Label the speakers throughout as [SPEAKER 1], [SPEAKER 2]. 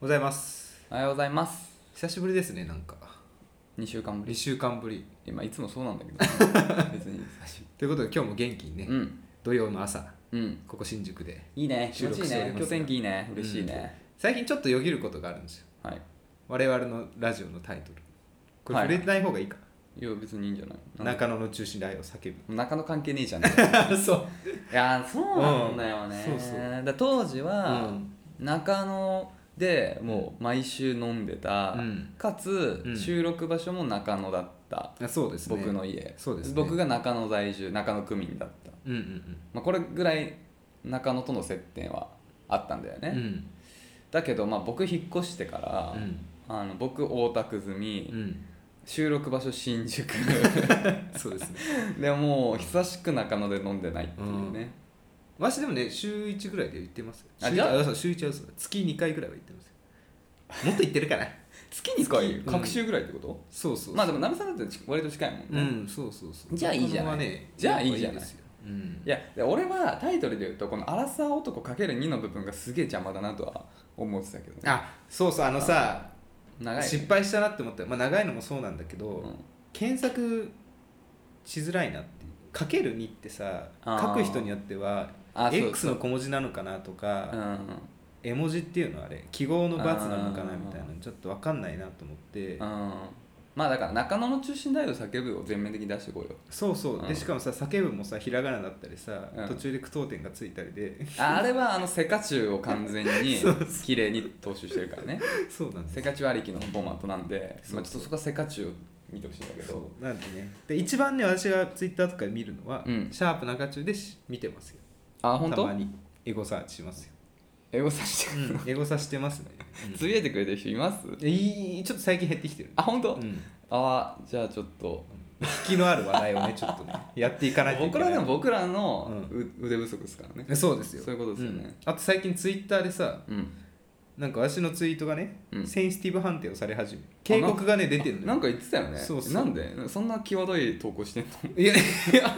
[SPEAKER 1] ございます
[SPEAKER 2] おはようございます
[SPEAKER 1] 久しぶりですねなんか
[SPEAKER 2] 2週間ぶ
[SPEAKER 1] 2
[SPEAKER 2] り
[SPEAKER 1] 週間ぶり
[SPEAKER 2] 今いつもそうな んだけど別に久し
[SPEAKER 1] ということで今日も元気にね、
[SPEAKER 2] ぶりうん
[SPEAKER 1] 土曜の朝
[SPEAKER 2] うん
[SPEAKER 1] ここ新宿で
[SPEAKER 2] いいね気
[SPEAKER 1] 収
[SPEAKER 2] 持
[SPEAKER 1] 録
[SPEAKER 2] ちいい
[SPEAKER 1] しており
[SPEAKER 2] ね
[SPEAKER 1] ます
[SPEAKER 2] 今日天気いいね嬉しいね、
[SPEAKER 1] 最近ちょっとよぎることがあるんですよ
[SPEAKER 2] はい
[SPEAKER 1] 我々のラジオのタイトルこれ
[SPEAKER 2] はい
[SPEAKER 1] 触れない方がいいか、
[SPEAKER 2] いや別にいいんじゃないなんか
[SPEAKER 1] 中野の中心で愛を叫ぶ
[SPEAKER 2] 中野関係ねえじゃん い
[SPEAKER 1] そう、
[SPEAKER 2] やーそうなんだよね、
[SPEAKER 1] うんそうそう
[SPEAKER 2] だから当時
[SPEAKER 1] う
[SPEAKER 2] は、
[SPEAKER 1] ん
[SPEAKER 2] 中野でもう毎週飲んでた、
[SPEAKER 1] うん
[SPEAKER 2] かつ、
[SPEAKER 1] うん
[SPEAKER 2] 収録場所も中野だった、
[SPEAKER 1] あ、そうですね
[SPEAKER 2] 僕の家
[SPEAKER 1] そうですね
[SPEAKER 2] 僕が中野在住中野区民だった、
[SPEAKER 1] うんうん
[SPEAKER 2] まあ、これぐらい中野との接点はあったんだよね、
[SPEAKER 1] うん
[SPEAKER 2] だけどまあ僕引っ越してから、
[SPEAKER 1] うん
[SPEAKER 2] あの僕大田区住み、
[SPEAKER 1] うん
[SPEAKER 2] 収録場所新宿
[SPEAKER 1] そうですね
[SPEAKER 2] でもう久しく中野で飲んでないっていうね、
[SPEAKER 1] わしでもね週1ぐらいで言ってますよ
[SPEAKER 2] あ
[SPEAKER 1] 週
[SPEAKER 2] じゃあ
[SPEAKER 1] あそう週1は嘘だ月2回ぐらいは言ってますよもっと言ってるかな
[SPEAKER 2] 月に回
[SPEAKER 1] 月
[SPEAKER 2] 隔週ぐらいってこと、
[SPEAKER 1] そうそうそう
[SPEAKER 2] まあでもなべさんだって割と近いもんね、
[SPEAKER 1] うん、そうそうそう。
[SPEAKER 2] じゃあいいじゃない
[SPEAKER 1] 子供はね、
[SPEAKER 2] じゃあいいじゃな
[SPEAKER 1] で
[SPEAKER 2] い
[SPEAKER 1] すよ。うん
[SPEAKER 2] い。やで俺はタイトルで言うとこの「アラサー男 ×2」の部分がすげえ邪魔だなとは思ってたけど、ね、
[SPEAKER 1] あ、そうそう、あのさ、
[SPEAKER 2] 長い
[SPEAKER 1] 失敗したなって思った、まあ長いのもそうなんだけど、
[SPEAKER 2] うん
[SPEAKER 1] 検索しづらいなっていう。かける2ってさ、
[SPEAKER 2] あー
[SPEAKER 1] 書く人によっては
[SPEAKER 2] あ、そう
[SPEAKER 1] X の小文字なのかなとか、
[SPEAKER 2] うん
[SPEAKER 1] 絵文字っていうのはあれ、記号の罰なのかなみたいな、ちょっとわかんないなと思って
[SPEAKER 2] う、んまあだから中野の中心大を叫ぶを全面的に出して こうよ
[SPEAKER 1] そうそう、
[SPEAKER 2] う
[SPEAKER 1] で、
[SPEAKER 2] ん
[SPEAKER 1] しかもさ、叫ぶもさ、ひらがなだったりさ
[SPEAKER 2] う、ん
[SPEAKER 1] 途中で句読点がついたりで、
[SPEAKER 2] ああれはあのセカチュウを完全に
[SPEAKER 1] そうそ
[SPEAKER 2] 綺麗に踏襲してるからね
[SPEAKER 1] そうなんです
[SPEAKER 2] セ
[SPEAKER 1] よ
[SPEAKER 2] カチュウありきのフォーマットなんで
[SPEAKER 1] そう
[SPEAKER 2] まあちょっとそこはセカチュウを見てほしいんだけど
[SPEAKER 1] そうなんでねで一番ね私がツイッターとかで見るのは、
[SPEAKER 2] うん
[SPEAKER 1] シャープ中中でし見てますよ
[SPEAKER 2] あ本
[SPEAKER 1] た
[SPEAKER 2] 当
[SPEAKER 1] まにエゴサーチしますよ、
[SPEAKER 2] エゴサしてくるの
[SPEAKER 1] エゴサしてますね、
[SPEAKER 2] つぶやいてくれてる人います
[SPEAKER 1] うんいいちょっと最近減ってきてる、
[SPEAKER 2] あ本当
[SPEAKER 1] うん、
[SPEAKER 2] あーじゃあちょっと
[SPEAKER 1] 引きのある話題をねちょっ とねやっていかないとい
[SPEAKER 2] 僕らでも僕らの
[SPEAKER 1] う
[SPEAKER 2] う腕不足ですからね
[SPEAKER 1] えそうですよ
[SPEAKER 2] そういうことですよね
[SPEAKER 1] んあと最近ツイッターでさ
[SPEAKER 2] うん
[SPEAKER 1] なんか私のツイートがね、
[SPEAKER 2] うん
[SPEAKER 1] センシティブ判定をされ始め警告がね出てるのよ
[SPEAKER 2] なんか言ってたよね
[SPEAKER 1] そうそう
[SPEAKER 2] なんでそんな際どい投稿してんの
[SPEAKER 1] いやいや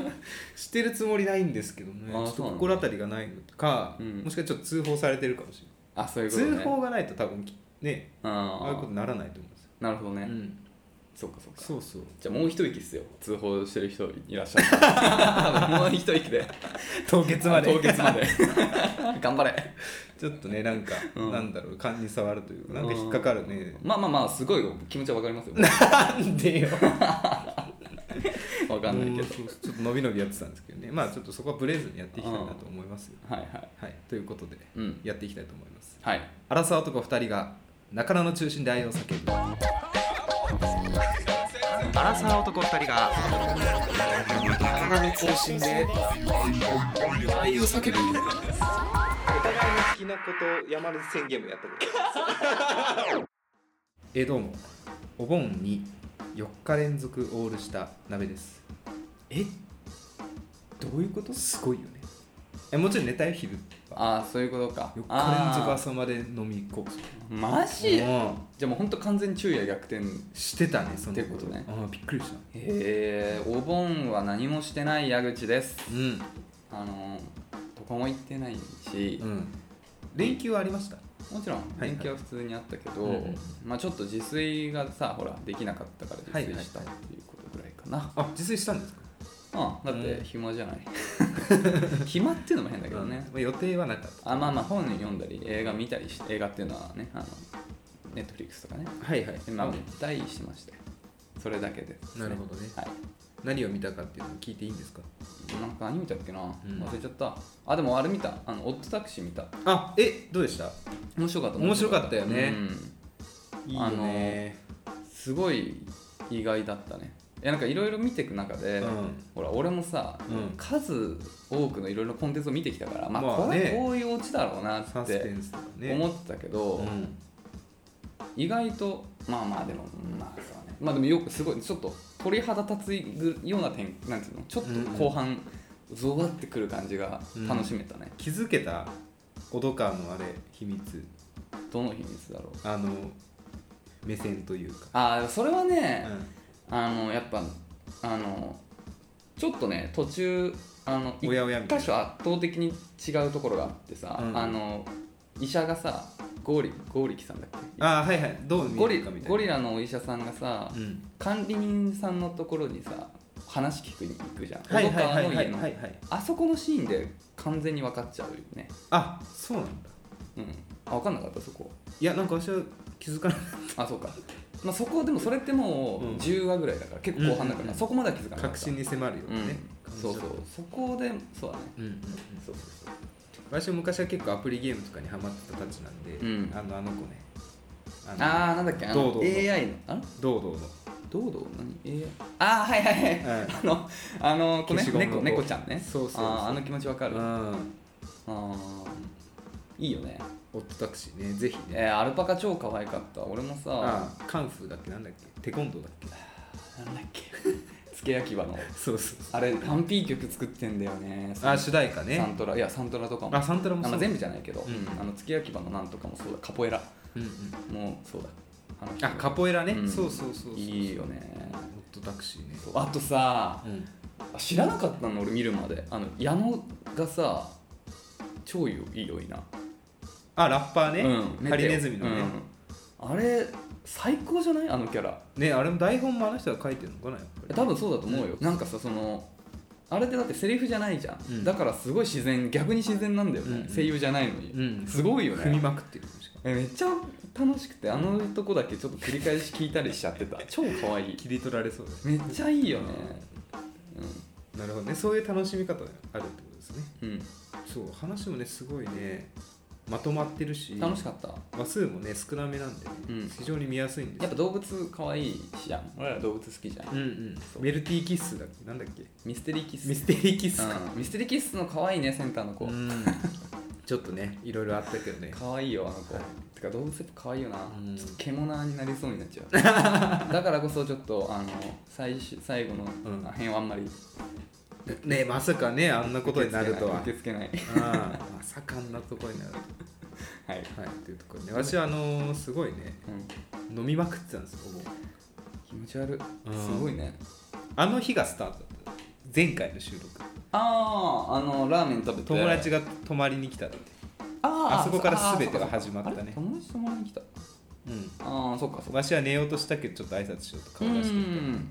[SPEAKER 1] してるつもりないんですけどねち
[SPEAKER 2] あ
[SPEAKER 1] ょ
[SPEAKER 2] ー
[SPEAKER 1] っと
[SPEAKER 2] そうなんだ
[SPEAKER 1] 心当たりがないのか、
[SPEAKER 2] うん
[SPEAKER 1] もしかしたら通報されてるかもしれない
[SPEAKER 2] あそういうこと
[SPEAKER 1] 通
[SPEAKER 2] ね
[SPEAKER 1] 報がないと多分きね
[SPEAKER 2] あ
[SPEAKER 1] あ
[SPEAKER 2] ー
[SPEAKER 1] あいうことにならないと思うんですよ、
[SPEAKER 2] なるほどね、
[SPEAKER 1] うん、
[SPEAKER 2] そうかそうか
[SPEAKER 1] そうそう
[SPEAKER 2] じゃあもう一息っすよ通報してる人いらっし ゃるもう一息で
[SPEAKER 1] 凍結
[SPEAKER 2] 凍結まで 頑張れ
[SPEAKER 1] ちょっとねなんか、
[SPEAKER 2] うん
[SPEAKER 1] なんだろう勘に触るというかなんか引っかかるね、
[SPEAKER 2] まあまあまあすごい気持ちはわかり ますよ
[SPEAKER 1] なんでよ
[SPEAKER 2] わかんないけど
[SPEAKER 1] そうそうちょっと伸び伸びやってたんですけどねまあちょっとそこはブレずにやっていきたいなと思いますよ、
[SPEAKER 2] はいはい
[SPEAKER 1] はいということで
[SPEAKER 2] うん
[SPEAKER 1] やっていきたいと思います
[SPEAKER 2] はい
[SPEAKER 1] 荒沢男2人が中野の中心で愛を叫ぶ荒沢男2人が中野の中心で愛を叫ぶお互いの好きなことを山根宣言もやったこと えーどうもお盆に4日連続オールした鍋です
[SPEAKER 2] えどういうこと
[SPEAKER 1] すごいよねえもちろん寝たよ昼
[SPEAKER 2] ああそういうことか
[SPEAKER 1] 4日連続
[SPEAKER 2] あ
[SPEAKER 1] 朝まで飲み行こう
[SPEAKER 2] ーマジ
[SPEAKER 1] うん
[SPEAKER 2] じゃあもうほんと完全に昼夜逆転へ
[SPEAKER 1] してたねその
[SPEAKER 2] ってことね
[SPEAKER 1] ああびっくりした
[SPEAKER 2] えお盆は何もしてない矢口です
[SPEAKER 1] うん、
[SPEAKER 2] あのーどこも行ってないし、
[SPEAKER 1] うん、連休はありました
[SPEAKER 2] もちろん
[SPEAKER 1] はい
[SPEAKER 2] 勉強は普通にあったけど、
[SPEAKER 1] うんうん
[SPEAKER 2] まあ、ちょっと自炊がさほらできなかったから
[SPEAKER 1] はい
[SPEAKER 2] 自炊したっていうことぐらいかな、
[SPEAKER 1] あ自炊したんですか
[SPEAKER 2] うん、だって暇じ ゃない、暇っていうのも変だけどね、
[SPEAKER 1] うん予定はなかっ
[SPEAKER 2] あまあまあ本読んだり映画見たりして映画っていうのはねあのネットフリックスとかね
[SPEAKER 1] たはいはい
[SPEAKER 2] 今見たりしてましたよそれだけで
[SPEAKER 1] なるほどね
[SPEAKER 2] はい
[SPEAKER 1] 何を見たかっていうのを聞いていいんですか
[SPEAKER 2] なんか何見たっけな、
[SPEAKER 1] ん
[SPEAKER 2] 忘れちゃったあでもあれ見たあのオットタクシー見た
[SPEAKER 1] あえどうでした
[SPEAKER 2] 面白かった
[SPEAKER 1] 面白かったよね
[SPEAKER 2] うん
[SPEAKER 1] いいよね
[SPEAKER 2] すごい意外だったねいやなんかいろいろ見ていく中で、
[SPEAKER 1] うん
[SPEAKER 2] ほら俺もさ、
[SPEAKER 1] うん
[SPEAKER 2] 数多くのいろいろコンテンツを見てきたから、まあ
[SPEAKER 1] まあ
[SPEAKER 2] こ
[SPEAKER 1] ね
[SPEAKER 2] れこういうオチだろうな
[SPEAKER 1] サ
[SPEAKER 2] っ
[SPEAKER 1] スペ
[SPEAKER 2] て
[SPEAKER 1] ンスとかね
[SPEAKER 2] 思ってたけど、
[SPEAKER 1] うん
[SPEAKER 2] 意外とまあまあでもまあそうねまあでもよくすごいちょっと鳥肌立つような点なんていうのちょっと後半ゾワってくる感じが楽しめたね、
[SPEAKER 1] 気づけたオドカーのあれ秘密
[SPEAKER 2] どの秘密だろう
[SPEAKER 1] あの目線というか
[SPEAKER 2] ああそれはね、
[SPEAKER 1] うん
[SPEAKER 2] あのやっぱあのちょっとね途中あの
[SPEAKER 1] おやおやみたい
[SPEAKER 2] 一箇所圧倒的に違うところがあってさ、
[SPEAKER 1] うん
[SPEAKER 2] あの医者がさゴーリゴーリキさんだっけ
[SPEAKER 1] ああはいはいどう見
[SPEAKER 2] ゴ
[SPEAKER 1] える
[SPEAKER 2] リ
[SPEAKER 1] かみたいな
[SPEAKER 2] ゴリラのお医者さんがさ、
[SPEAKER 1] うん
[SPEAKER 2] 管理人さんのところにさ話聞くに行くじゃん
[SPEAKER 1] はい
[SPEAKER 2] 小
[SPEAKER 1] はい
[SPEAKER 2] 川
[SPEAKER 1] はい
[SPEAKER 2] の
[SPEAKER 1] はい
[SPEAKER 2] 家
[SPEAKER 1] はいは
[SPEAKER 2] の
[SPEAKER 1] い
[SPEAKER 2] あそこのシーンで完全に分かっちゃうよね
[SPEAKER 1] あそうなんだ
[SPEAKER 2] うんあ分かんなかったそこ
[SPEAKER 1] いやなんか私は気づかなか
[SPEAKER 2] あそうか、まあ、そこでもそれっても
[SPEAKER 1] うん
[SPEAKER 2] う10話ぐらいだから結構後半だから、
[SPEAKER 1] うんうんうん
[SPEAKER 2] そこまでは気づか
[SPEAKER 1] った
[SPEAKER 2] なかった
[SPEAKER 1] 確信に迫るよ
[SPEAKER 2] うん
[SPEAKER 1] ね、
[SPEAKER 2] そうそうそこでそうだね
[SPEAKER 1] うんうんうん
[SPEAKER 2] そうそう
[SPEAKER 1] 私も昔は結構アプリゲームとかにハマってたたちなんで、
[SPEAKER 2] うん
[SPEAKER 1] あのあの子ねあ
[SPEAKER 2] そうああなんだっけあ
[SPEAKER 1] ど
[SPEAKER 2] の
[SPEAKER 1] うどうどう
[SPEAKER 2] AI のあ
[SPEAKER 1] どうどう ぞ
[SPEAKER 2] どうどう何 AI ああはいはいはい、
[SPEAKER 1] はい
[SPEAKER 2] あのあの子ね
[SPEAKER 1] 消しゴムの子
[SPEAKER 2] 猫猫ちゃんね
[SPEAKER 1] そうそうそう
[SPEAKER 2] あーあの気持ちわかる、あ
[SPEAKER 1] うん
[SPEAKER 2] ーいいよね
[SPEAKER 1] オットタクシーねぜひね
[SPEAKER 2] えー、アルパカ超可愛かった俺もさ
[SPEAKER 1] ああカンフーだっけなんだっけテコンドーだっけ
[SPEAKER 2] なんだっけ 付け焼き場の
[SPEAKER 1] そうそうそう
[SPEAKER 2] あれ単品曲作ってんだよね
[SPEAKER 1] あ主題歌
[SPEAKER 2] サ
[SPEAKER 1] ね
[SPEAKER 2] ントラいやサントラとかも
[SPEAKER 1] あサントラも
[SPEAKER 2] あ
[SPEAKER 1] そ
[SPEAKER 2] まあ
[SPEAKER 1] う
[SPEAKER 2] 全部じゃないけど、
[SPEAKER 1] うん
[SPEAKER 2] あの月焼き場のなんとかもそうだカポエラ
[SPEAKER 1] うんうん
[SPEAKER 2] もそうだあの人
[SPEAKER 1] あカポエラね、
[SPEAKER 2] うん
[SPEAKER 1] そうそうそうそう
[SPEAKER 2] いいよね
[SPEAKER 1] オットタクシーね
[SPEAKER 2] そうあとさ
[SPEAKER 1] う、ん、
[SPEAKER 2] 知らなかったの俺見るまであの矢野がさ超いいよいいよいいな
[SPEAKER 1] あラッパーね、
[SPEAKER 2] うん
[SPEAKER 1] ハリネズミのね、
[SPEAKER 2] うんあれ最高じゃないあのキャラ
[SPEAKER 1] ねあれも台本もあの人が書いてるのかなやっぱり
[SPEAKER 2] 多分そうだと思うよ、なんかさそのあれってだってセリフじゃないじゃん、
[SPEAKER 1] うん
[SPEAKER 2] だからすごい自然逆に自然なんだよね、
[SPEAKER 1] うんうん
[SPEAKER 2] 声優じゃないのに、
[SPEAKER 1] うん
[SPEAKER 2] すごいよ
[SPEAKER 1] 踏み
[SPEAKER 2] ね
[SPEAKER 1] まくってるしかも
[SPEAKER 2] えめっちゃ楽しくてあのとこだけちょっと繰り返し聞いたりしちゃってた超可愛い
[SPEAKER 1] 切り取られそうだね
[SPEAKER 2] めっちゃいいよね
[SPEAKER 1] なるほどねそういう楽しみ方があるってことですね
[SPEAKER 2] うん、うん
[SPEAKER 1] そう話もねすごいねまとまってるし
[SPEAKER 2] 楽しかった
[SPEAKER 1] 話数もね少なめなんでね、
[SPEAKER 2] うん
[SPEAKER 1] 非常に見やすいんです
[SPEAKER 2] やっ
[SPEAKER 1] よ
[SPEAKER 2] ぱ動物可愛いしやん俺ら動物好きじゃ
[SPEAKER 1] う
[SPEAKER 2] ん、
[SPEAKER 1] んうん
[SPEAKER 2] そう
[SPEAKER 1] メルティーキッスだっけなんだっけ
[SPEAKER 2] ミステリーキッス
[SPEAKER 1] ミステリーキッスか、
[SPEAKER 2] うんミステリーキッスの可愛いねセンターの子、
[SPEAKER 1] うん ちょっとねいろいろあったけどね
[SPEAKER 2] 可愛いよあの子、てか動物やっぱ可愛いよな、
[SPEAKER 1] うん
[SPEAKER 2] ちょっと獣になりそうになっちゃ うだからこそちょっとあの最終最後の
[SPEAKER 1] ん
[SPEAKER 2] 辺はあんまり
[SPEAKER 1] ねまさかねあんなことになるとは
[SPEAKER 2] 受け付けない
[SPEAKER 1] うんまさかあんなとこになると
[SPEAKER 2] はい、
[SPEAKER 1] ははいっていうところね私はあのーすごいね
[SPEAKER 2] うん、
[SPEAKER 1] 飲みまくってたんですよほぼ
[SPEAKER 2] 気持ち悪い
[SPEAKER 1] うん
[SPEAKER 2] すごいね
[SPEAKER 1] あの日がスタートだった前回の収録
[SPEAKER 2] あああのラーメン食べて
[SPEAKER 1] 友達
[SPEAKER 2] が
[SPEAKER 1] が泊まりに来たって
[SPEAKER 2] あー
[SPEAKER 1] あそこから
[SPEAKER 2] あー
[SPEAKER 1] 全てが
[SPEAKER 2] そっか
[SPEAKER 1] 始まったね
[SPEAKER 2] あれ友達泊まりに来た
[SPEAKER 1] うん
[SPEAKER 2] ああそっかそっか
[SPEAKER 1] わしは寝ようとしたけどちょっと挨拶しようと
[SPEAKER 2] う
[SPEAKER 1] 顔出してみたい
[SPEAKER 2] ん